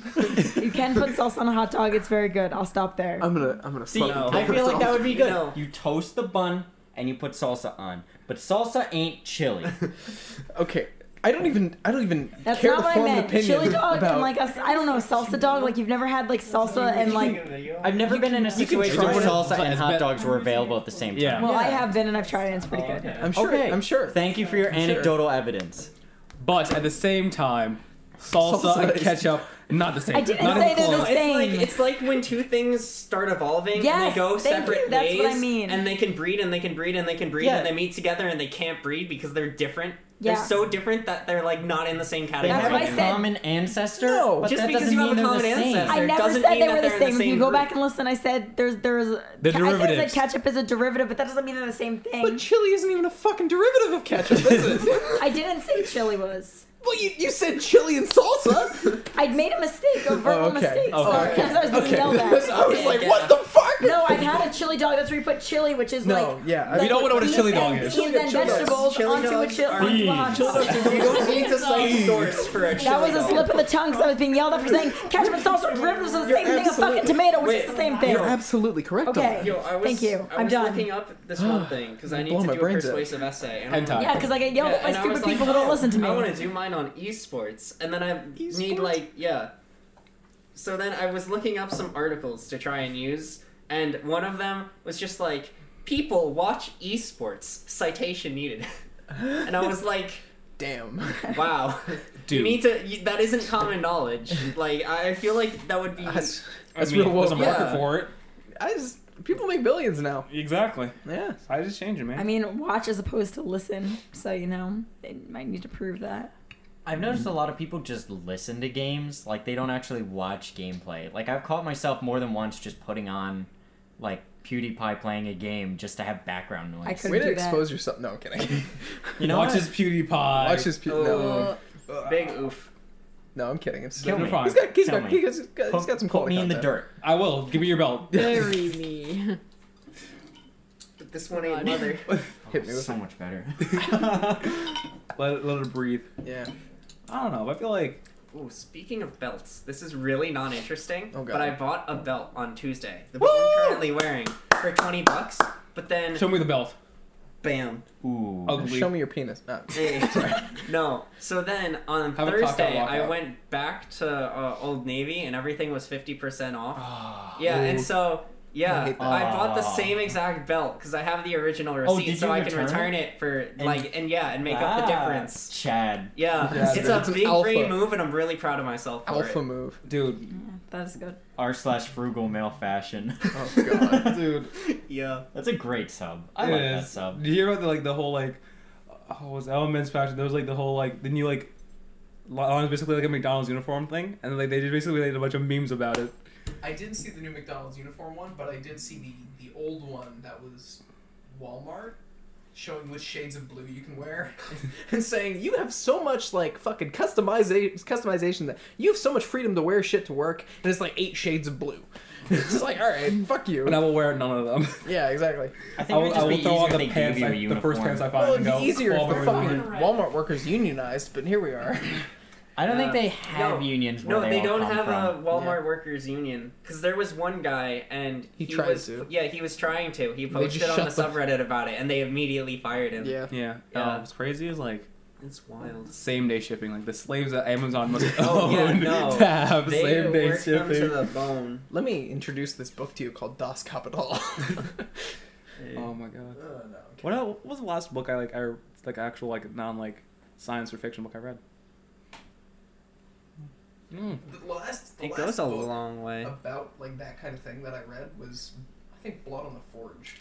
S3: You can put salsa on a hot dog. It's very good. I'll stop there.
S1: I'm gonna. I'm gonna.
S4: See,
S1: fucking
S4: uh,
S6: No.
S1: kill
S4: I feel like that
S1: myself.
S4: would be good.
S6: No.
S4: You toast the bun and you put salsa on, but salsa ain't chili.
S1: Okay. I don't even. I don't even
S3: That's
S1: care
S3: not
S1: to
S3: what I
S1: form an
S3: meant.
S1: opinion
S3: Chili dog
S1: about.
S3: and like a, I don't know, salsa dog. Like you've never had like salsa and like.
S4: I've never been in a situation
S2: try
S4: where
S2: it.
S4: salsa and
S2: It's
S4: hot
S2: bet-
S4: dogs were available at the same time.
S2: Yeah.
S3: Well, I have been and I've tried it. and It's pretty good.
S1: I'm sure. I'm sure.
S4: Thank you for your anecdotal evidence.
S2: But at the same time, salsa,
S1: Salsa
S2: and
S1: is-
S2: ketchup, not the same.
S3: I didn't
S2: not
S3: say
S2: even
S3: they're the
S2: close.
S3: same.
S6: It's like it's like when two things start evolving and
S3: Yes,
S6: they go
S3: thank you,
S6: separate
S3: that's
S6: ways.
S3: what I mean.
S6: And they can breed and they can breed and they can breed
S4: Yeah.
S6: and they meet together and they can't breed because they're different.
S3: Yeah.
S6: They're so different that they're like not in the same
S4: They
S6: category.
S3: That's
S4: have
S3: what I
S4: a
S3: said.
S4: common ancestor.
S1: No.
S4: but
S6: Just
S4: that
S6: because
S4: doesn't
S6: you have
S4: mean they're
S6: a common
S4: the same.
S6: ancestor.
S3: I
S6: It
S3: never
S6: doesn't
S3: said
S6: mean
S3: they
S6: that
S3: were the
S6: they're in the
S3: same. If you
S6: same
S3: go
S6: group.
S3: back and listen, I said there's there's
S8: They're
S3: I said that
S8: derivatives.
S3: ketchup is a derivative, but that doesn't mean they're the same thing.
S1: But chili isn't even a fucking derivative of ketchup, is it?
S3: <laughs> I didn't say chili was.
S1: well, you, you said chili and salsa.
S3: I'd made a mistake, a verbal
S1: Oh, okay.
S3: mistake.
S1: Oh,
S3: Sorry,
S1: okay.
S3: I was being
S1: okay,
S3: yelled
S1: <laughs>
S3: at.
S1: I was like, what the fuck?
S3: No, I've had a chili dog. That's where you put chili, which is
S1: No,
S3: like
S1: yeah, I-
S3: like
S1: You
S2: don't know what a
S3: beans
S2: chili
S3: and-
S2: dog is.
S3: Beans and
S1: Chili dogs.
S3: vegetables
S6: Chili
S3: onto a
S6: dogs
S3: chili.
S6: are-
S3: Onto a hot dog.
S6: you don't
S3: <laughs>
S6: need to cite source for a chili
S3: That was a
S6: dog.
S3: slip of the tongue because I was being yelled at for saying ketchup and salsa are derivatives of the same thing, a fucking
S1: absolutely-
S3: tomato, which is
S6: Wait,
S3: the same thing.
S1: You're absolutely correct. on
S3: Okay.
S1: that.
S6: Yo, I was,
S3: Thank you.
S6: I
S3: I'm
S6: was
S3: done.
S6: looking up this one thing because I need
S1: Blow
S6: to
S1: my
S6: do a
S1: brains out.
S6: persuasive essay. And
S2: Hentai.
S6: I'm
S3: Yeah, because I get yelled at by
S6: and I
S3: stupid
S6: was like,
S3: people who don't
S6: "Oh,
S3: listen to me.
S6: I want to do mine on esports, and then I need like yeah. So then I was looking up some articles to try and use, and one of them was just like people watch esports. Citation needed, and I
S1: <laughs>
S6: was like,
S1: Damn.
S6: wow,
S2: Dude.
S6: you need to. You, that isn't common knowledge. Like I feel like that would be.
S1: That's,
S2: I
S1: that's
S2: mean,
S1: real
S2: there's a
S1: woke.
S2: market
S6: Yeah.
S2: for it.
S1: I just people make billions now.
S2: Exactly.
S1: Yeah.
S2: I just changed it, man.
S3: I mean, watch as opposed to listen. So you know, they might need to prove that.
S4: I've noticed a lot of people just listen to games, like they don't actually watch gameplay. Like I've caught myself more than once just putting on, like PewDiePie playing a game just to have background noise.
S3: I could-
S1: Way to
S3: do that.
S1: expose yourself. No, I'm kidding.
S4: you know,
S2: watch
S4: what?
S2: his PewDiePie.
S1: Watch his people. No,
S6: Oh, big oof.
S1: no, I'm kidding. It's
S4: Kill
S1: he's
S4: me.
S2: fine.
S1: got, he's
S4: Tell
S1: got,
S4: me.
S1: he's got, he's got some
S4: Put
S1: quality
S4: me in the
S1: content.
S4: dirt.
S2: I will. Give me your belt. <laughs>
S7: <laughs>
S5: Bury me.
S6: But this one ain't mother.
S1: Hit me with
S4: Oh, so much better.
S2: Let it, let it breathe.
S1: it. Yeah.
S2: I don't know. I feel like
S6: Ooh, speaking of belts, this is really not interesting.
S1: Oh, God.
S6: But I bought a belt on Tuesday. The belt I'm currently wearing for twenty bucks. But then,
S2: show me the belt.
S6: bam.
S4: Ooh.
S2: Ugly.
S1: Show me your penis. No.
S6: Hey.
S4: <laughs>
S6: no. So then on
S2: Have a cocktail
S6: Thursday, I
S2: walkout.
S6: went back to uh, Old Navy and everything was fifty percent
S4: Ah.
S6: off. yeah, and so yeah,
S1: I
S6: I,
S1: hate that.
S6: bought the
S4: Aw.
S6: same exact belt because I have the original receipt,
S4: Oh, did
S6: so
S4: you
S6: I can
S4: return
S6: return it for like and yeah, and make up the
S4: Ah,
S6: difference.
S4: Chad.
S6: Yeah,
S1: Yeah,
S6: it's
S1: dude,
S6: a
S1: it's an
S6: big
S1: alpha.
S6: brain move, and I'm really proud of myself for
S1: Alpha
S4: <laughs>
S6: it.
S1: move.
S2: Dude,
S3: That is good.
S4: R slash frugal male fashion.
S1: Oh god.
S2: <laughs> dude.
S6: Yeah.
S4: <laughs> That's a great sub. I
S2: it
S4: like that
S2: is.
S4: sub.
S2: Do you hear about the like the whole like oh, was it Elements fashion? There was like the whole like the new like line was basically like a McDonald's uniform thing, and like they just basically made a bunch of memes about <laughs> it.
S1: I didn't see the new McDonald's uniform one, but I did see the the old one that was Walmart showing which shades of blue you can wear <laughs> and saying you have so much like fucking customization customization that you have so much freedom to wear shit to work and it's like eight shades of blue. <laughs> it's like all right, fuck you.
S2: But I will wear none of them.
S1: Yeah, exactly.
S4: I
S2: I
S4: think it
S2: will,
S4: would just
S2: I will
S4: be
S2: throw on
S4: easier
S2: the
S4: if they
S2: pants,
S4: gave
S2: like,
S4: you a
S2: the first
S4: uniform.
S2: pants I find.
S1: Well,
S2: and
S1: it'd be
S2: go,
S1: easier
S2: "Oh,
S1: if the
S2: I'm wearing
S1: fucking
S2: them."
S1: Walmart workers unionized, but here we are.
S4: I don't think
S6: Uh,
S4: they have unions where
S6: No, they,
S4: all
S6: don't
S4: come
S6: have
S4: from.
S6: a Walmart workers union because there was one guy and
S1: He tried
S6: was,
S1: to.
S6: Yeah, he was trying to. He
S1: just
S6: posted on the
S1: shut the-
S6: subreddit about it, and they immediately fired him.
S1: Yeah.
S2: <laughs> Yeah.
S6: Yeah.
S2: No, what's crazy is like
S6: it's wild.
S2: same day shipping. Like the slaves at Amazon <laughs> must
S6: Oh,
S2: own
S6: yeah,
S2: <laughs>
S6: no.
S2: to have
S6: They
S2: same day
S6: worked them to
S2: shipping.
S6: the bone.
S1: Let me introduce this book to you called Das <laughs> Kapital.
S2: Oh my god.
S1: no.
S2: What, el- what was the last book I like? I like actual like non like science or fiction book I read. Mm.
S1: The last, the
S6: It
S1: last
S6: goes a
S1: book
S6: long way.
S1: about like that kind of thing that I read was I think Blood on the Forge,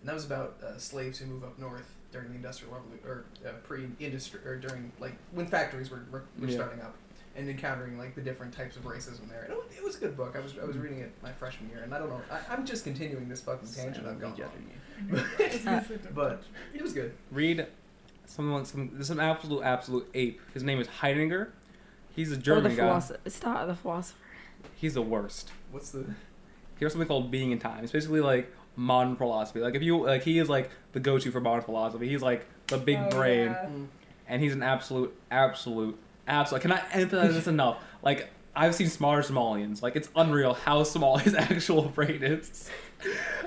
S1: and that was about uh, slaves who move up north during the Industrial Revolution or uh, pre-industry or during like when factories were were, were
S2: Yeah.
S1: starting up and encountering like the different types of racism there. And it, wa- it was a good book. I was I
S6: Mm.
S1: was reading it my freshman year, and I don't know. I, I'm just continuing this fucking tangent I've gone on. but it was good.
S2: Read someone some there's some absolute absolute ape. His name is Heidegger. He's a
S3: Or Oh, the
S2: German guy.
S3: philosopher. Stop the philosopher.
S2: He's the worst.
S1: What's the
S2: He wrote something called Being in Time. It's basically like modern philosophy. Like if you like he is like the go to for modern philosophy. He's like the big
S7: Oh,
S2: brain. and he's an absolute, absolute, absolute. I cannot emphasize this enough. Like I've seen smaller Somalians. Like <laughs> it's unreal how small his actual brain is.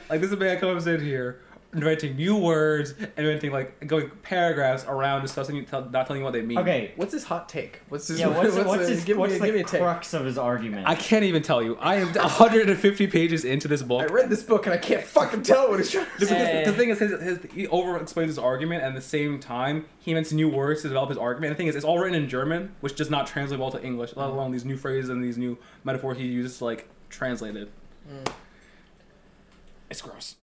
S2: Like this is a man comes in here inventing new words, inventing like going paragraphs around discussing, you, tell, not telling you what they mean.
S4: Okay.
S1: What's his hot take? What's his? <laughs>
S4: Yeah, what's, what's,
S1: the-
S4: his,
S1: give
S4: what's
S1: me,
S4: the
S1: give me a take.
S4: crux of his argument?
S2: I can't even tell you. I am 150 pages into this book.
S1: I read this book and I can't fucking tell what it's trying to
S2: The,
S1: say.
S2: because the thing is, his, his, he over explains his argument, and at the same time, he invents new words to develop his argument. And the thing is, it's all written in German, which does not translate well to English, let alone these new phrases and these new metaphors he uses, like, translated. It's gross.